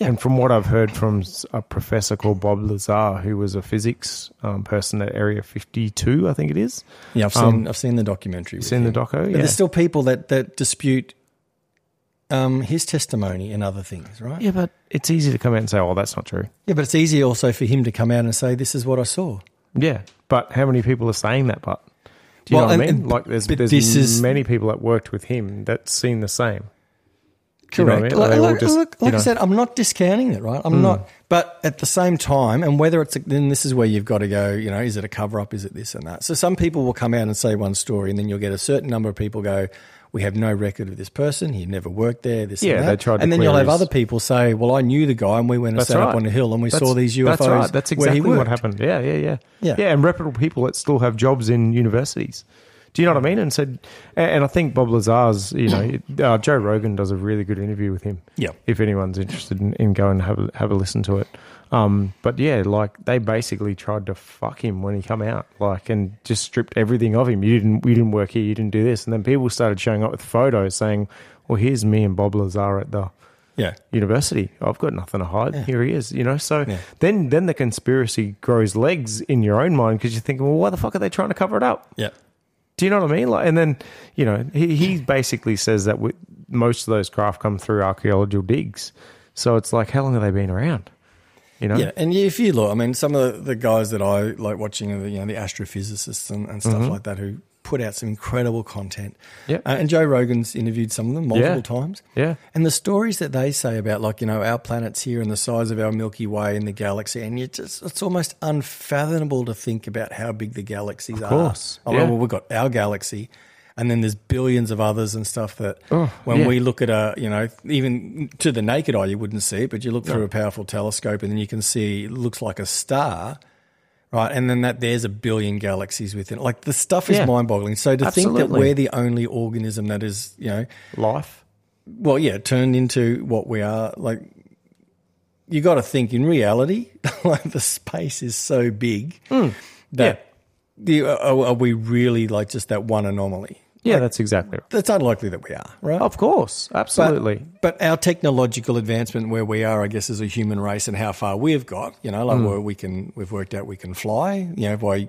Speaker 3: And from what I've heard from s- a professor called Bob Lazar, who was a physics um, person at Area 52, I think it is.
Speaker 2: Yeah, I've seen
Speaker 3: Um,
Speaker 2: I've seen the documentary. with
Speaker 3: Seen the
Speaker 2: him.
Speaker 3: doco?
Speaker 2: But
Speaker 3: Yeah.
Speaker 2: there's still people that that dispute um, his testimony and other things, right?
Speaker 3: yeah, but it's easy to come out and say, oh, that's not true.
Speaker 2: Yeah, but it's easy also for him to come out and say, "This is what I saw."
Speaker 3: Yeah. But how many people are saying that? But do you
Speaker 2: Well,
Speaker 3: know what
Speaker 2: and-
Speaker 3: I mean?
Speaker 2: and-
Speaker 3: like there's,
Speaker 2: but
Speaker 3: there's
Speaker 2: this is-
Speaker 3: many people that worked with him that's seen the same. Do you know what I
Speaker 2: Correct.
Speaker 3: mean? They
Speaker 2: Like,
Speaker 3: all
Speaker 2: like-
Speaker 3: just,
Speaker 2: look,
Speaker 3: you
Speaker 2: like I
Speaker 3: know. Mm.
Speaker 2: said, I'm not discounting it, right? I'm not. But at the same time, and whether it's, then this is where you've got to go, you know, is it a cover up? Is it this and that? So some people will come out and say one story, and then you'll get a certain number of people go, we have no record of this person. He never worked there. This
Speaker 3: Yeah,
Speaker 2: and that.
Speaker 3: they tried to
Speaker 2: and then you'll
Speaker 3: clear
Speaker 2: have
Speaker 3: his-
Speaker 2: other people say, "Well, I knew the guy, and we went and sat up on a hill, and we
Speaker 3: That's-
Speaker 2: saw these UFOs."
Speaker 3: That's right. That's
Speaker 2: where he
Speaker 3: exactly what
Speaker 2: worked."
Speaker 3: happened. Yeah, yeah, yeah,
Speaker 2: Yeah.
Speaker 3: and reputable people that still have jobs in universities. Do you know what I mean? And said, and and I think Bob Lazar's, you know, uh, Joe Rogan does a really good interview with him.
Speaker 2: Yeah.
Speaker 3: If anyone's interested in, in going and have a, have a listen to it. Um, but yeah, like they basically tried to fuck him when he come out, like, and just stripped everything of him. You didn't, you didn't work here. You didn't do this. And then people started showing up with photos saying, well, here's me and Bob Lazar at the,
Speaker 2: Yeah.
Speaker 3: university. I've got nothing to hide. Here he is, you know. So
Speaker 2: Yeah.
Speaker 3: then, then the conspiracy grows legs in your own mind because you're thinking, well, why the fuck are they trying to cover it up?
Speaker 2: Yeah.
Speaker 3: Do you know what I mean? Like, and then you know, he, he basically says that with, most of those craft come through archaeological digs. So it's like, how long have they been around? You know,
Speaker 2: Yeah, and if you look, I mean, some of the, the guys that I like watching, are the, you know, the astrophysicists and, and stuff like that, who put out some incredible content.
Speaker 3: Mm-hmm. Yeah.
Speaker 2: Uh, and Joe Rogan's interviewed some of them multiple
Speaker 3: Yeah.
Speaker 2: times.
Speaker 3: Yeah.
Speaker 2: and the stories that they say about, like you know, our planets here and the size of our Milky Way and the galaxy, and you just, it's almost unfathomable to think about how big the galaxies are.
Speaker 3: course,
Speaker 2: I mean,
Speaker 3: yeah.
Speaker 2: well, we've got our galaxy. And then there's billions of others and stuff that
Speaker 3: Oh,
Speaker 2: when
Speaker 3: yeah.
Speaker 2: we look at a, you know, even to the naked eye, you wouldn't see it, but you look through a powerful telescope and then you can see it looks like a star, right? And then that there's a billion galaxies within it. Like the stuff is
Speaker 3: Yeah.
Speaker 2: mind boggling. So to think that
Speaker 3: Absolutely.
Speaker 2: we're the only organism that is, you know,
Speaker 3: life.
Speaker 2: well, yeah, turned into what we are, like, you got to think in reality, like the space is so big that the, uh, are, are we really like just that one anomaly?
Speaker 3: Yeah, that's exactly right.
Speaker 2: That's unlikely that we are, right?
Speaker 3: Of course, absolutely.
Speaker 2: But our technological advancement, where we are, I guess, as a human race, and how far we've got, you know, like
Speaker 3: Hmm.
Speaker 2: where we can, we've worked out we can fly, you know, by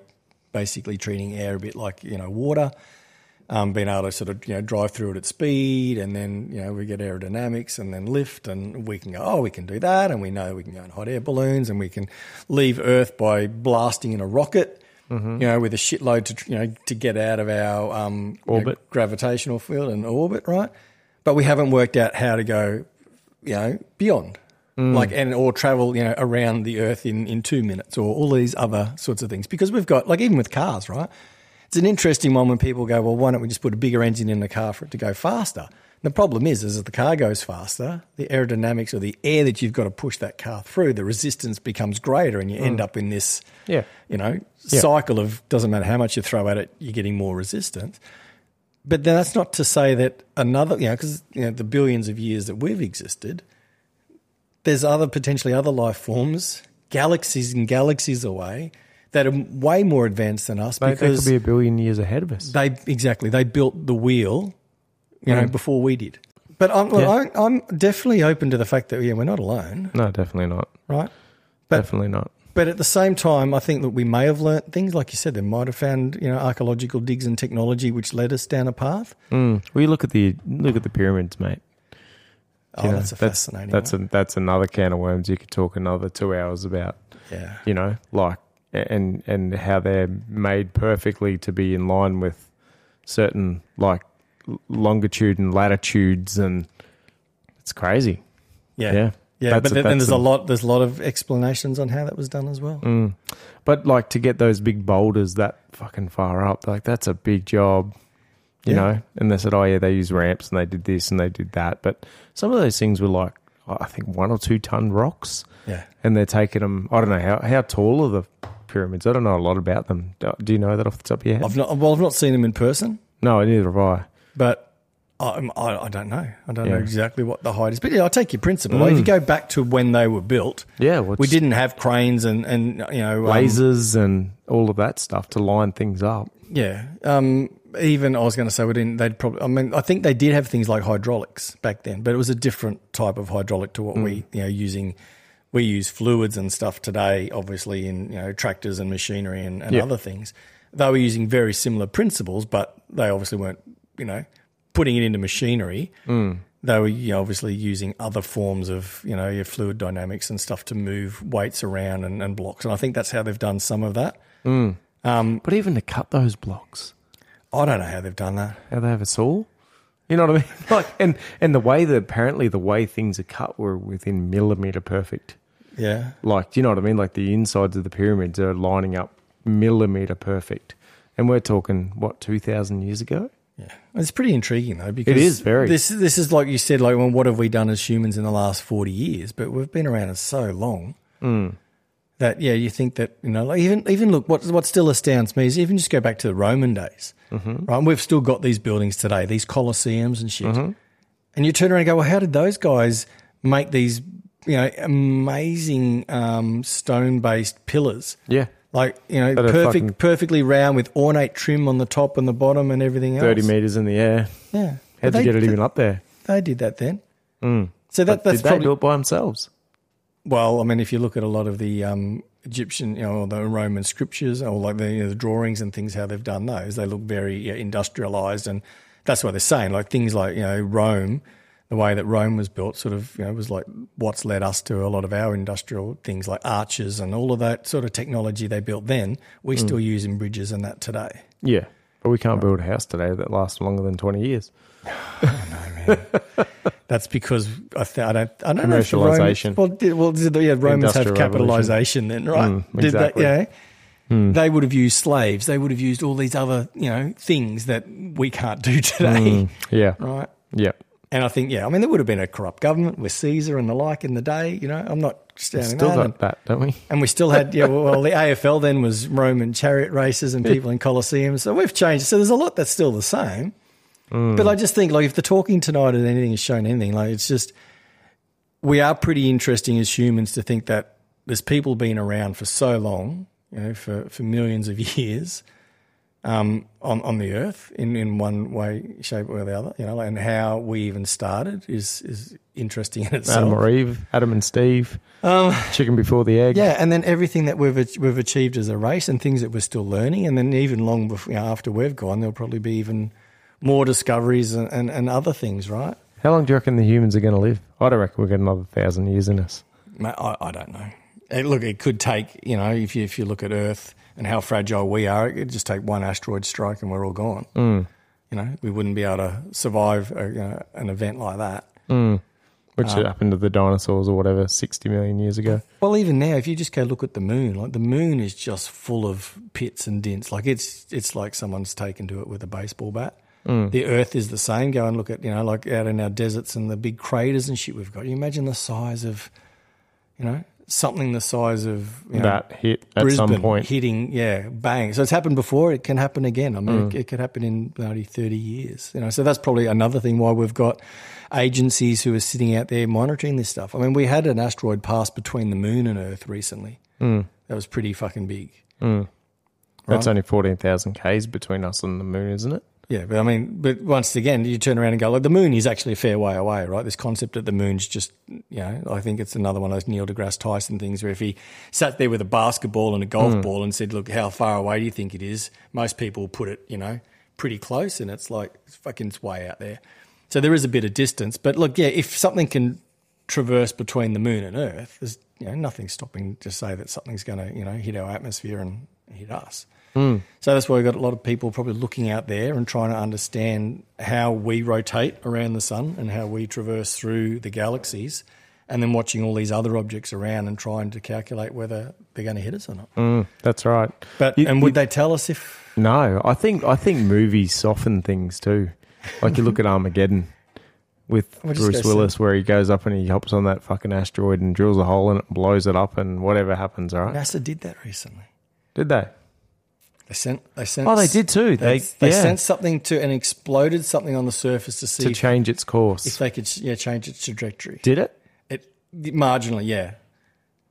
Speaker 2: basically treating air a bit like you know water, um, being able to sort of you know drive through it at speed, and then you know we get aerodynamics, and then lift, and we can go, oh, we can do that, and we know we can go in hot air balloons, and we can leave Earth by blasting in a rocket.
Speaker 3: Mm-hmm.
Speaker 2: You know, with a shitload to tr- you know to get out of our um, you know,
Speaker 3: Orbit.
Speaker 2: gravitational field and orbit, right? But we haven't worked out how to go, you know, beyond. Like and or travel, you know, around the earth in, in two minutes or all these other sorts of things. Because we've got like even with cars, right? It's an interesting one when people go, Well, why don't we just put a bigger engine in the car for it to go faster? And the problem is is if the car goes faster, the aerodynamics or the air that you've got to push that car through, the resistance becomes greater and you end up in this
Speaker 3: Yeah.
Speaker 2: you know, cycle of doesn't matter how much you throw at it, you're getting more resistant. But then that's not to say that another, you know, because you know, the billions of years that we've existed, there's other potentially other life forms, galaxies and galaxies away, that are way more advanced than us
Speaker 3: They, they could
Speaker 2: because
Speaker 3: be a billion years ahead of us.
Speaker 2: they exactly they built the wheel, you know,
Speaker 3: Mm.
Speaker 2: before we did. But I'm, look,
Speaker 3: Yeah.
Speaker 2: I, I'm definitely open to the fact that yeah, we're not alone,
Speaker 3: No, definitely not.
Speaker 2: right? But-
Speaker 3: definitely not.
Speaker 2: But at the same time, I think that we may have learnt things, like you said, they might have found you know archaeological digs and technology which led us down a path.
Speaker 3: Mm. Well, you look at the look at the pyramids, mate.
Speaker 2: Oh,
Speaker 3: You know,
Speaker 2: that's a fascinating.
Speaker 3: That's
Speaker 2: one.
Speaker 3: a, that's another can of worms. You could talk another two hours about.
Speaker 2: yeah.
Speaker 3: You know, like and and how they're made perfectly to be in line with certain like l- longitude and latitudes, and it's crazy.
Speaker 2: yeah,
Speaker 3: Yeah,
Speaker 2: yeah, But
Speaker 3: That's a-
Speaker 2: then, then
Speaker 3: that's
Speaker 2: there's
Speaker 3: a-
Speaker 2: a lot. There's a lot of explanations on how that was done as well.
Speaker 3: Mm. But like to get those big boulders that fucking far up, like that's a big job, you
Speaker 2: Yeah.
Speaker 3: know. And they said, oh yeah, they use ramps and they did this and they did that. But some of those things were like I think one or two ton rocks,
Speaker 2: Yeah,
Speaker 3: and they're taking them. I don't know how how tall are the pyramids. I don't know a lot about them. Do- Do you know that off the top of your head?
Speaker 2: I've not. Well, I've not seen them in person,
Speaker 3: no, neither have I.
Speaker 2: but I'm, I, I don't know. I don't know
Speaker 3: Yeah. Mm.
Speaker 2: exactly what the height is. But yeah, I take your principle. If you go back to when they were built,
Speaker 3: Yeah, well,
Speaker 2: we
Speaker 3: it's
Speaker 2: didn't have cranes and and you know um,
Speaker 3: lasers and all of that stuff to line things up.
Speaker 2: Yeah. Um, even I was going to say we didn't. They'd probably. I mean, I think they did have things like hydraulics back then, but it was a different type of hydraulic to what we you know using. We use fluids and stuff today, obviously in you know tractors and machinery and, and
Speaker 3: Yeah.
Speaker 2: other things. They were using very similar principles, but they obviously weren't you know putting it into machinery. They were you know, obviously using other forms of you know your fluid dynamics and stuff to move weights around and, and blocks. And I think that's how they've done some of that.
Speaker 3: But even to cut those blocks,
Speaker 2: I don't know how they've done that.
Speaker 3: How they have a saw? You know what I mean? Like, and and the way that apparently the way things are cut were within millimeter perfect.
Speaker 2: Yeah.
Speaker 3: Like, do you know what I mean? Like the insides of the pyramids are lining up millimeter perfect, and we're talking what two thousand years ago?
Speaker 2: Yeah, it's pretty intriguing though because
Speaker 3: is very.
Speaker 2: This this is like you said, like well, what have we done as humans in the last forty years? But we've been around it so long
Speaker 3: Hmm.
Speaker 2: that yeah, you think that you know, like even even look what what still astounds me is even just go back to the Roman days,
Speaker 3: Mm-hmm.
Speaker 2: right? And we've still got these buildings today, these colosseums and shit.
Speaker 3: Mm-hmm.
Speaker 2: And you turn around and go, well, how did those guys make these you know amazing um, stone based pillars?
Speaker 3: Yeah,
Speaker 2: Like you know,
Speaker 3: That are
Speaker 2: perfect,
Speaker 3: fucking-
Speaker 2: perfectly round with ornate trim on the top and the bottom and everything else.
Speaker 3: thirty meters in the air.
Speaker 2: Yeah.
Speaker 3: How'd
Speaker 2: But
Speaker 3: you get it
Speaker 2: they,
Speaker 3: even up there?
Speaker 2: They did that then. So that, that's
Speaker 3: Did they
Speaker 2: probably.
Speaker 3: do it by themselves?
Speaker 2: well, I mean, if you look at a lot of the um, Egyptian, you know, or the Roman scriptures or like the, you know, the drawings and things, how they've done those, they look very yeah, industrialized. And that's what they're saying. Like things like, you know, Rome, the way that Rome was built sort of, you know, was like what's led us to a lot of our industrial things like arches and all of that sort of technology they built then.
Speaker 3: Mm.
Speaker 2: We still use in bridges and that today.
Speaker 3: Yeah, but we can't build a house today that lasts longer than twenty years.
Speaker 2: That's because I, th- I don't. I don't know. if the Romans,
Speaker 3: Commercialization.
Speaker 2: well, did, well, did the, yeah, Romans have
Speaker 3: Industrial
Speaker 2: capitalization then, right?
Speaker 3: Mm,
Speaker 2: Did that,
Speaker 3: exactly. Hmm.
Speaker 2: yeah. They would have used slaves. They would have used all these other, you know, things that we can't do today,
Speaker 3: Mm, Yeah,
Speaker 2: right?
Speaker 3: yeah.
Speaker 2: And I think, yeah, I mean, there would have been a corrupt government with Caesar and the like in the day. You know, I'm not standing
Speaker 3: Still
Speaker 2: that. And,
Speaker 3: got that, don't we?
Speaker 2: and we still had, yeah, well, the AFL then was Roman chariot races and people in Colosseums. So we've changed. So there's a lot that's still the same. But I just think, like, if the talking tonight and anything has shown anything, like, it's just we are pretty interesting as humans to think that there's people been around for so long, you know, for, for millions of years um, on, on the earth in, in one way, shape, or the other, you know, and how we even started is, is interesting in itself.
Speaker 3: Adam or Eve, Adam and Steve, chicken before the egg.
Speaker 2: Yeah, and then everything that we've ach- we've achieved as a race, and things that we're still learning, and then even long before, you know, after we've gone, there'll probably be even more discoveries and, and, and other things, right?
Speaker 3: How long do you reckon the humans are going to live? I don't reckon we've got another thousand years in us.
Speaker 2: Mate, I, I don't know. It, look, it could take you know if you if you look at Earth and how fragile we are, it could just take one asteroid strike and we're all gone. You know, we wouldn't be able to survive a, you know, an event like that.
Speaker 3: Which happened to the dinosaurs or whatever 60 million years ago.
Speaker 2: Well, even now, if you just go look at the moon, like the moon is just full of pits and dents. Like it's it's like someone's taken to it with a baseball bat. The Earth is the same. Go and look at you know like out in our deserts and the big craters and shit we've got. You imagine the size of you know something the size of you know,
Speaker 3: that hit at
Speaker 2: Brisbane
Speaker 3: some point.
Speaker 2: hitting, yeah, bang. So it's happened before. It can happen again. I mean,
Speaker 3: Mm.
Speaker 2: it, it could happen in bloody thirty years. You know, so that's probably another thing why we've got agencies who are sitting out there monitoring this stuff. I mean, we had an asteroid pass between the moon and Earth recently.
Speaker 3: Mm.
Speaker 2: That was pretty fucking big.
Speaker 3: That's only fourteen thousand k's between us and the moon, isn't it?
Speaker 2: Yeah, but I mean, but once again, you turn around and go, like, the moon is actually a fair way away, right? This concept that the moon's just, you know, I think it's another one of those Neil deGrasse Tyson things where if he sat there with a basketball and a golf ball and said, look, how far away do you think it is? Most people put it, you know, pretty close, and it's like, it's fucking it's way out there. So there is a bit of distance. But look, yeah, if something can traverse between the moon and Earth, there's, you know, nothing stopping to say that something's going to, you know, hit our atmosphere and hit us.
Speaker 3: Hmm.
Speaker 2: So that's why we've got a lot of people probably looking out there and trying to understand how we rotate around the sun and how we traverse through the galaxies, and then watching all these other objects around and trying to calculate whether they're going to hit us or not.
Speaker 3: Mm, that's right.
Speaker 2: But
Speaker 3: You-
Speaker 2: and would they tell us if?
Speaker 3: No, I think I think movies soften things too. Like you look at Armageddon with
Speaker 2: We'll just
Speaker 3: Bruce
Speaker 2: go
Speaker 3: Willis, where he goes up and he hops on that fucking asteroid and drills a hole in it, and blows it up, and whatever happens. All right,
Speaker 2: NASA did that recently.
Speaker 3: did they?
Speaker 2: They sent. They sent.
Speaker 3: Oh, they did too. They
Speaker 2: They, they
Speaker 3: yeah,
Speaker 2: sent something to and exploded something on the surface to see
Speaker 3: to
Speaker 2: if-
Speaker 3: change its
Speaker 2: if
Speaker 3: course.
Speaker 2: they could yeah change its trajectory.
Speaker 3: Did it?
Speaker 2: It marginally, yeah.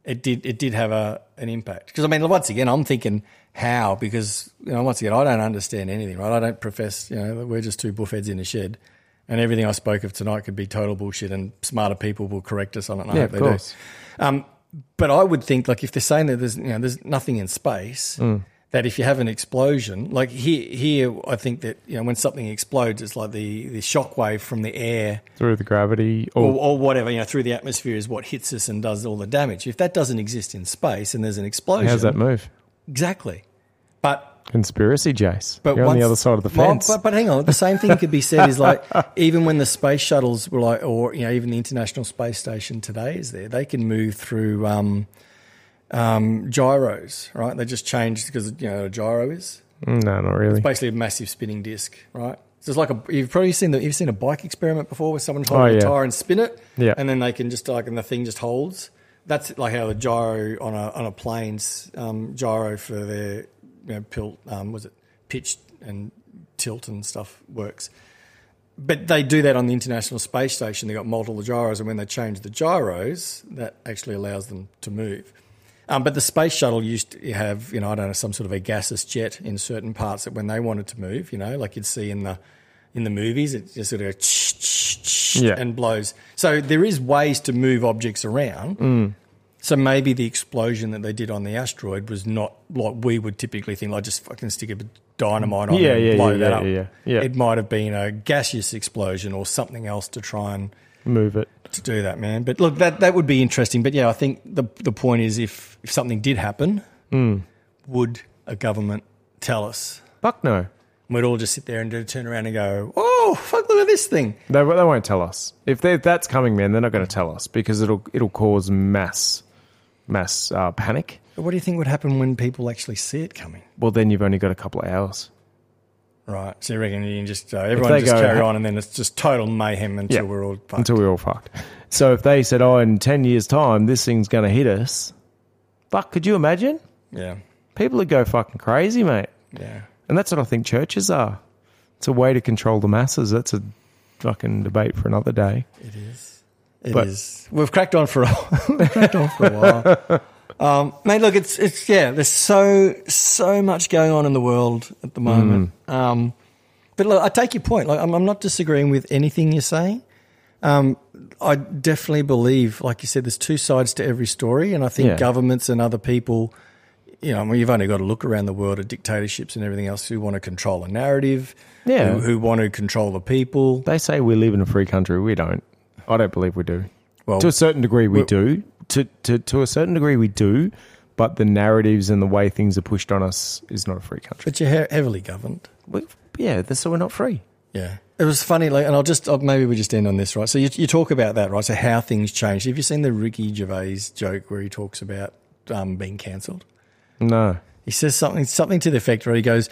Speaker 2: It did. It did have a an impact because I mean, once again, I'm thinking how because you know, once again, I don't understand anything, right? I don't profess, you know, that we're just two buffheads in a shed, and everything I spoke of tonight could be total bullshit, and smarter people will correct us on it. And I
Speaker 3: Yeah,
Speaker 2: hope
Speaker 3: of
Speaker 2: Oh, they
Speaker 3: course.
Speaker 2: do. Um, but I would think, like, if they're saying that there's you know there's nothing in space,
Speaker 3: Hmm.
Speaker 2: that if you have an explosion, like here here, I think that you know when something explodes, it's like the the shock wave from the air
Speaker 3: Through the gravity, Oh, or
Speaker 2: or, or whatever, you know, through the atmosphere is what hits us and does all the damage. If that doesn't exist in space and there's an explosion,
Speaker 3: how's that move?
Speaker 2: exactly? But
Speaker 3: Conspiracy, Jace.
Speaker 2: but
Speaker 3: You're on the
Speaker 2: once-
Speaker 3: other side of the
Speaker 2: Well,
Speaker 3: fence.
Speaker 2: but, but hang on, the same thing could be said is like even when the space shuttles were like, or you know, even the International Space Station today is there, they can move through um, um, gyros, right? They just changed because you know what a gyro is
Speaker 3: Mm, no, not really.
Speaker 2: basically a massive spinning disc, right? So it's like a you've probably seen the you've seen a bike experiment before where someone holds
Speaker 3: Oh,
Speaker 2: a
Speaker 3: yeah.
Speaker 2: tire and spin it,
Speaker 3: Yeah.
Speaker 2: and then they can just like and the thing just holds. That's like how the gyro on a on a plane's um, gyro for their you know, pil, um, was it pitch and tilt and stuff works. But they do that on the International Space Station. They've got multiple gyros, and when they change the gyros, that actually allows them to move. Um, but the space shuttle used to have, you know, I don't know, some sort of a gaseous jet in certain parts that when they wanted to move, you know, like you'd see in the in the movies, it just sort of
Speaker 3: Yeah.
Speaker 2: and blows. So there is ways to move objects around. So maybe the explosion that they did on the asteroid was not like we would typically think, like just fucking stick a bit of dynamite on
Speaker 3: Yeah,
Speaker 2: it and
Speaker 3: yeah,
Speaker 2: blow
Speaker 3: yeah,
Speaker 2: that
Speaker 3: yeah,
Speaker 2: up.
Speaker 3: yeah, yeah.
Speaker 2: It might have been a gaseous explosion or something else to try and
Speaker 3: Move it.
Speaker 2: to do that, man. But look, that that would be interesting. But yeah, I think the the point is if if something did happen,
Speaker 3: Hmm.
Speaker 2: would a government tell us?
Speaker 3: Fuck no.
Speaker 2: We'd all just sit there and do, turn around and go, "Oh, fuck! Look at this thing."
Speaker 3: They, they won't tell us if they- if that's coming, man. They're not going to tell us because it'll it'll cause mass mass uh, panic.
Speaker 2: But what do you think would happen when people actually see it coming?
Speaker 3: Well, then you've only got a couple of hours.
Speaker 2: Right. So you reckon you can just uh, everyone
Speaker 3: they
Speaker 2: just
Speaker 3: go,
Speaker 2: carry
Speaker 3: "Ha-
Speaker 2: on, and then it's just total mayhem until
Speaker 3: Yeah.
Speaker 2: we're all fucked.
Speaker 3: until we're all fucked. So if they said, "Oh, in ten years' time, this thing's going to hit us," fuck, could you imagine?
Speaker 2: yeah,
Speaker 3: People would go fucking crazy, mate.
Speaker 2: yeah.
Speaker 3: And that's what I think churches are. It's a way to control the masses. That's a fucking debate for another day.
Speaker 2: It is. It
Speaker 3: But-
Speaker 2: is. We've cracked on for a we've cracked on for a while. Um, mate, look, it's it's yeah. There's so so much going on in the world at the moment. Um, but look, I take your point. Like, I'm, I'm not disagreeing with anything you're saying. Um, I definitely believe, like you said, there's two sides to every story, and I think
Speaker 3: Yeah.
Speaker 2: governments and other people, you know, I mean, you've only got to look around the world at dictatorships and everything else who want to control a narrative,
Speaker 3: Yeah.
Speaker 2: who, who want to control the people.
Speaker 3: They say we live in a free country. We don't. I don't believe we do.
Speaker 2: Oh. Well,
Speaker 3: to a certain degree, we do. To, to to a certain degree, we do. But the narratives and the way things are pushed on us is not a free country.
Speaker 2: but you're he- heavily governed.
Speaker 3: We, yeah, so we're not free.
Speaker 2: Yeah. It was funny, like, and I'll just I'll, maybe we just end on this, right? So you, you talk about that, right? So how things change. Have you seen the Ricky Gervais joke where he talks about um, being cancelled?
Speaker 3: No,
Speaker 2: He says something something to the effect where he goes,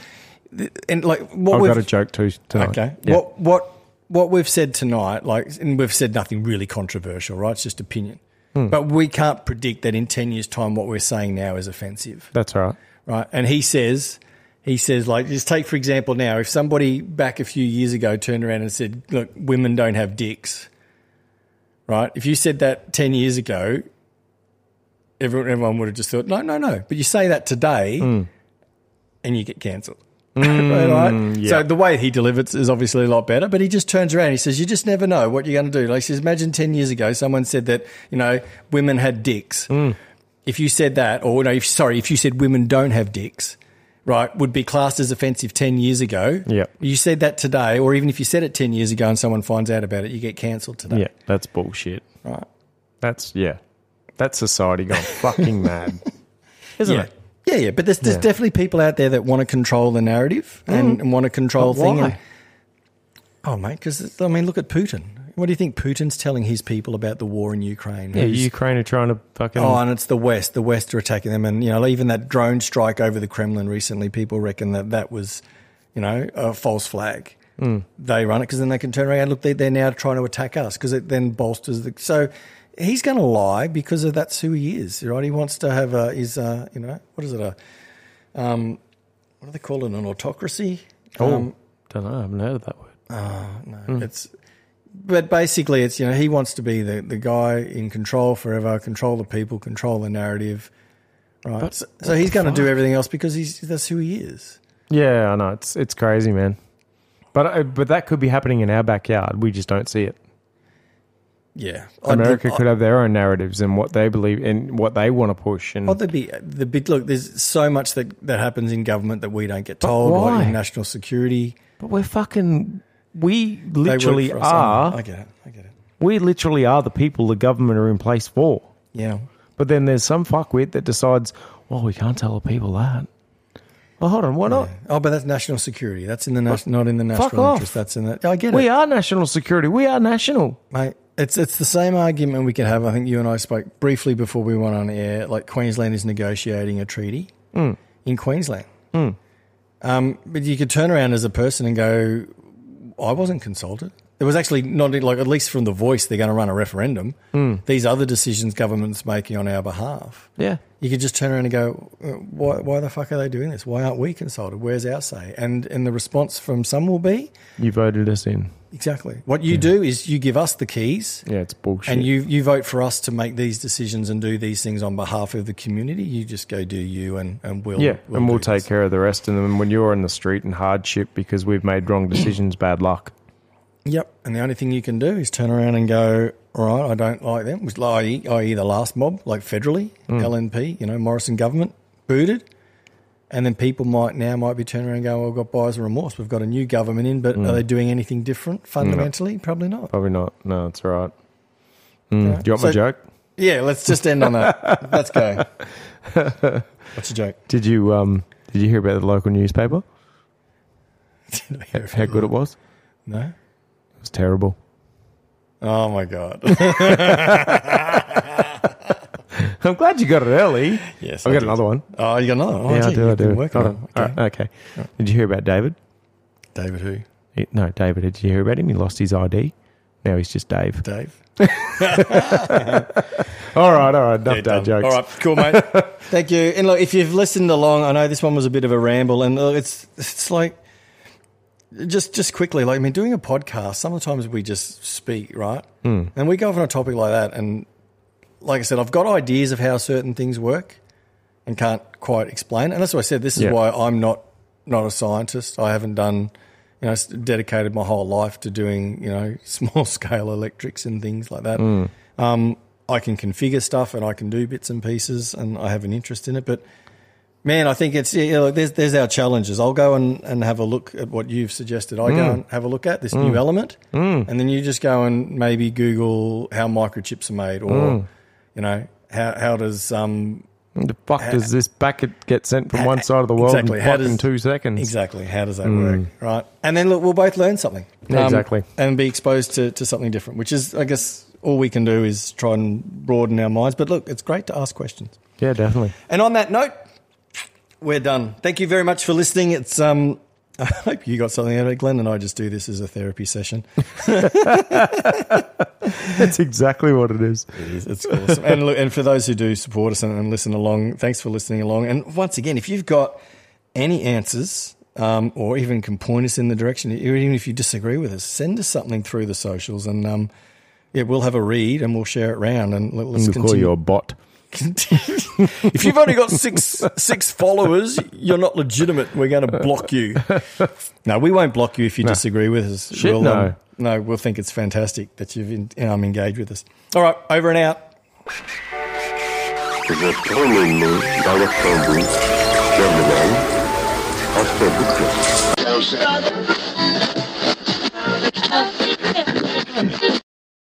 Speaker 2: th- and like what
Speaker 3: I've
Speaker 2: we've
Speaker 3: got a joke too tonight.
Speaker 2: Okay.
Speaker 3: Yeah.
Speaker 2: What what what we've said tonight, like, and we've said nothing really controversial, right? It's just opinion.
Speaker 3: Hmm.
Speaker 2: But we can't predict that in 10 years' time, what we're saying now is offensive,
Speaker 3: That's all right.
Speaker 2: right? And he says, he says, like, just take, for example, now, if somebody back a few years ago turned around and said, look, women don't have dicks, right? If you said that 10 years ago, everyone, everyone would have just thought, no, no, no. But you say that today
Speaker 3: Hmm.
Speaker 2: and you get cancelled.
Speaker 3: Hmm,
Speaker 2: right? So the way he delivers is obviously a lot better, but he just turns around. He says, "You just never know what you're going to do." Like he says, "Imagine ten years ago, someone said that you know women had dicks.
Speaker 3: Hmm.
Speaker 2: If you said that, or no, if, sorry, if you said women don't have dicks, right, would be classed as offensive ten years ago.
Speaker 3: Yeah.
Speaker 2: you said that today, or even if you said it ten years ago and someone finds out about it, you get cancelled today.
Speaker 3: Yeah, that's bullshit.
Speaker 2: Right.
Speaker 3: That's yeah. That's society gone fucking mad, isn't
Speaker 2: yeah.
Speaker 3: it?
Speaker 2: Yeah, yeah, but there's, there's
Speaker 3: Yeah. Mm-hmm.
Speaker 2: definitely people out there that want to control the narrative and, and want to control
Speaker 3: But
Speaker 2: things.
Speaker 3: why?
Speaker 2: and- Oh, mate, because I mean, look at Putin. What do you think Putin's telling his people about the war in Ukraine?
Speaker 3: Yeah,
Speaker 2: Who's-
Speaker 3: Ukraine are trying to fucking.
Speaker 2: Oh, and it's the West. The West are attacking them, and you know, even that drone strike over the Kremlin recently, people reckon that that was, you know, a false flag. They run it because then they can turn around. and Look, they, they're now trying to attack us because it then bolsters the. So he's going to lie because of that's who he is, right? He wants to have a is uh you know what is it a, um, what do they call it an autocracy?
Speaker 3: Oh,
Speaker 2: Um,
Speaker 3: don't know. I haven't heard of that word.
Speaker 2: no,
Speaker 3: Mm.
Speaker 2: it's. But basically, it's you know he wants to be the, the guy in control forever, control the people, control the narrative, right? so, so he's going to do everything else because he's that's who he is.
Speaker 3: Yeah, I know. It's it's crazy, man. But uh, but that could be happening in our backyard. We just don't see it.
Speaker 2: Yeah,
Speaker 3: America
Speaker 2: I'd,
Speaker 3: could have their own narratives and what they believe and what they want to push. And
Speaker 2: I'd, there'd be the big look. There's so much that that happens in government that we don't get told, or
Speaker 3: why?
Speaker 2: in national security.
Speaker 3: but we're fucking. We
Speaker 2: They work
Speaker 3: literally
Speaker 2: for us. I know.
Speaker 3: are.
Speaker 2: I get it. I get it.
Speaker 3: We literally are the people the government are in place for.
Speaker 2: Yeah.
Speaker 3: But then there's some fuckwit that decides, well, we can't tell the people that. Well, hold on, why not?
Speaker 2: Oh, but that's national security. That's in the nas- not in the
Speaker 3: Fuck
Speaker 2: national
Speaker 3: off.
Speaker 2: interest. That's in the. I get it.
Speaker 3: We are national security. We are national.
Speaker 2: Mate, it's it's the same argument we could have. I think you and I spoke briefly before we went on air. Like Queensland is negotiating a treaty in Queensland, um, but you could turn around as a person and go, "I wasn't consulted." There was actually not like at least from the voice they're going to run a referendum. These other decisions government's making on our behalf.
Speaker 3: Yeah.
Speaker 2: You could just turn around and go, "Uh, why, why the fuck are they doing this? Why aren't we consulted? Where's our say? And and the response from some will be
Speaker 3: You voted us in.
Speaker 2: exactly what you do is you give us the keys,
Speaker 3: Yeah, it's bullshit.
Speaker 2: and you you vote for us to make these decisions and do these things on behalf of the community. You just go do you, and and we'll
Speaker 3: yeah, and we'll
Speaker 2: do
Speaker 3: take
Speaker 2: this.
Speaker 3: care of the rest of them. When you're in the street in hardship because we've made wrong decisions, bad luck.
Speaker 2: Yep, and the only thing you can do is turn around and go. All right, I don't like them. Which i.e., i.e. the last mob, like federally,
Speaker 3: Mm.
Speaker 2: LNP, you know, Morrison government booted, and then people might now might be turning around and going, "Well, we've got buyer's remorse. We've got a new government in,
Speaker 3: Mm.
Speaker 2: but are they doing anything different fundamentally? Probably not."
Speaker 3: Probably not. No, it's all right. Mm, Do you want my
Speaker 2: So-
Speaker 3: joke?
Speaker 2: Yeah, let's just end on that. let's go. What's a joke?
Speaker 3: Did you um did you hear about the local newspaper? How good it was?
Speaker 2: No.
Speaker 3: It was terrible.
Speaker 2: Oh my god.
Speaker 3: I'm glad you got it early.
Speaker 2: Yes,
Speaker 3: I've
Speaker 2: I
Speaker 3: got
Speaker 2: did.
Speaker 3: another one.
Speaker 2: Oh, you got another? one? Oh,
Speaker 3: yeah, I
Speaker 2: gee,
Speaker 3: do. I
Speaker 2: you've been
Speaker 3: do.
Speaker 2: Working on.
Speaker 3: Hold on. All right, Okay. Did you hear about David?
Speaker 2: David who?
Speaker 3: He- No, David. Did you hear about him? He lost his ID. Now he's just Dave.
Speaker 2: Dave.
Speaker 3: All right, all right. Enough
Speaker 2: Yeah,
Speaker 3: dad
Speaker 2: done.
Speaker 3: jokes.
Speaker 2: All right, cool, mate. Thank you. And look, if you've listened along, I know this one was a bit of a ramble, and look, it's it's like just just quickly, like I mean, doing a podcast. Sometimes we just speak, right?
Speaker 3: Hmm.
Speaker 2: Mm. And we go off on a topic like that, and like I said, I've got ideas of how certain things work, and can't quite explain. And that's why I said this is
Speaker 3: Yeah.
Speaker 2: why I'm not not a scientist. I haven't done. You know, s- dedicated my whole life to doing, you know, small scale electrics and things like that. Um, I can configure stuff and I can do bits and pieces and I have an interest in it. But man, I think it's, yeah, you know, there's, there's our challenges. I'll go and, and have a look at what you've suggested. I go and have a look at this new element. And then you just go and maybe Google how microchips are made or, you know, how, how does, um,
Speaker 3: The fuck does this bucket get sent from one side of the world
Speaker 2: Uh, Exactly.
Speaker 3: in
Speaker 2: How
Speaker 3: fucking
Speaker 2: does-
Speaker 3: two seconds? Mm.
Speaker 2: exactly, how does that work? Right. And then look, we'll both learn something. Um,
Speaker 3: Yeah, exactly.
Speaker 2: And be exposed to, to something different, which is, I guess, all we can do is try and broaden our minds. But look, it's great to ask questions.
Speaker 3: Yeah, definitely.
Speaker 2: And on that note, we're done. Thank you very much for listening. It's um, I hope you got something out of it. Glenn and I just do this as a therapy session.
Speaker 3: That's exactly what it is.
Speaker 2: It is. It's awesome. and look, and for those who do support us and, and listen along, thanks for listening along. And once again, if you've got any answers um, or even can point us in the direction, or even if you disagree with us, send us something through the socials, and um, yeah, we'll have a read and we'll share it round. And let, let's
Speaker 3: We'll call
Speaker 2: continue.
Speaker 3: you a bot.
Speaker 2: if you've only got six six followers, you're not legitimate. We're going to block you. No, we won't block you if you disagree with us.
Speaker 3: Shit,
Speaker 2: we'll, um,
Speaker 3: no.
Speaker 2: no, we'll think it's fantastic that you've in, um, engaged with us. All right, over and out.
Speaker 1: Затроненный Голокобу, Герман, Автобукет.
Speaker 4: Thank you.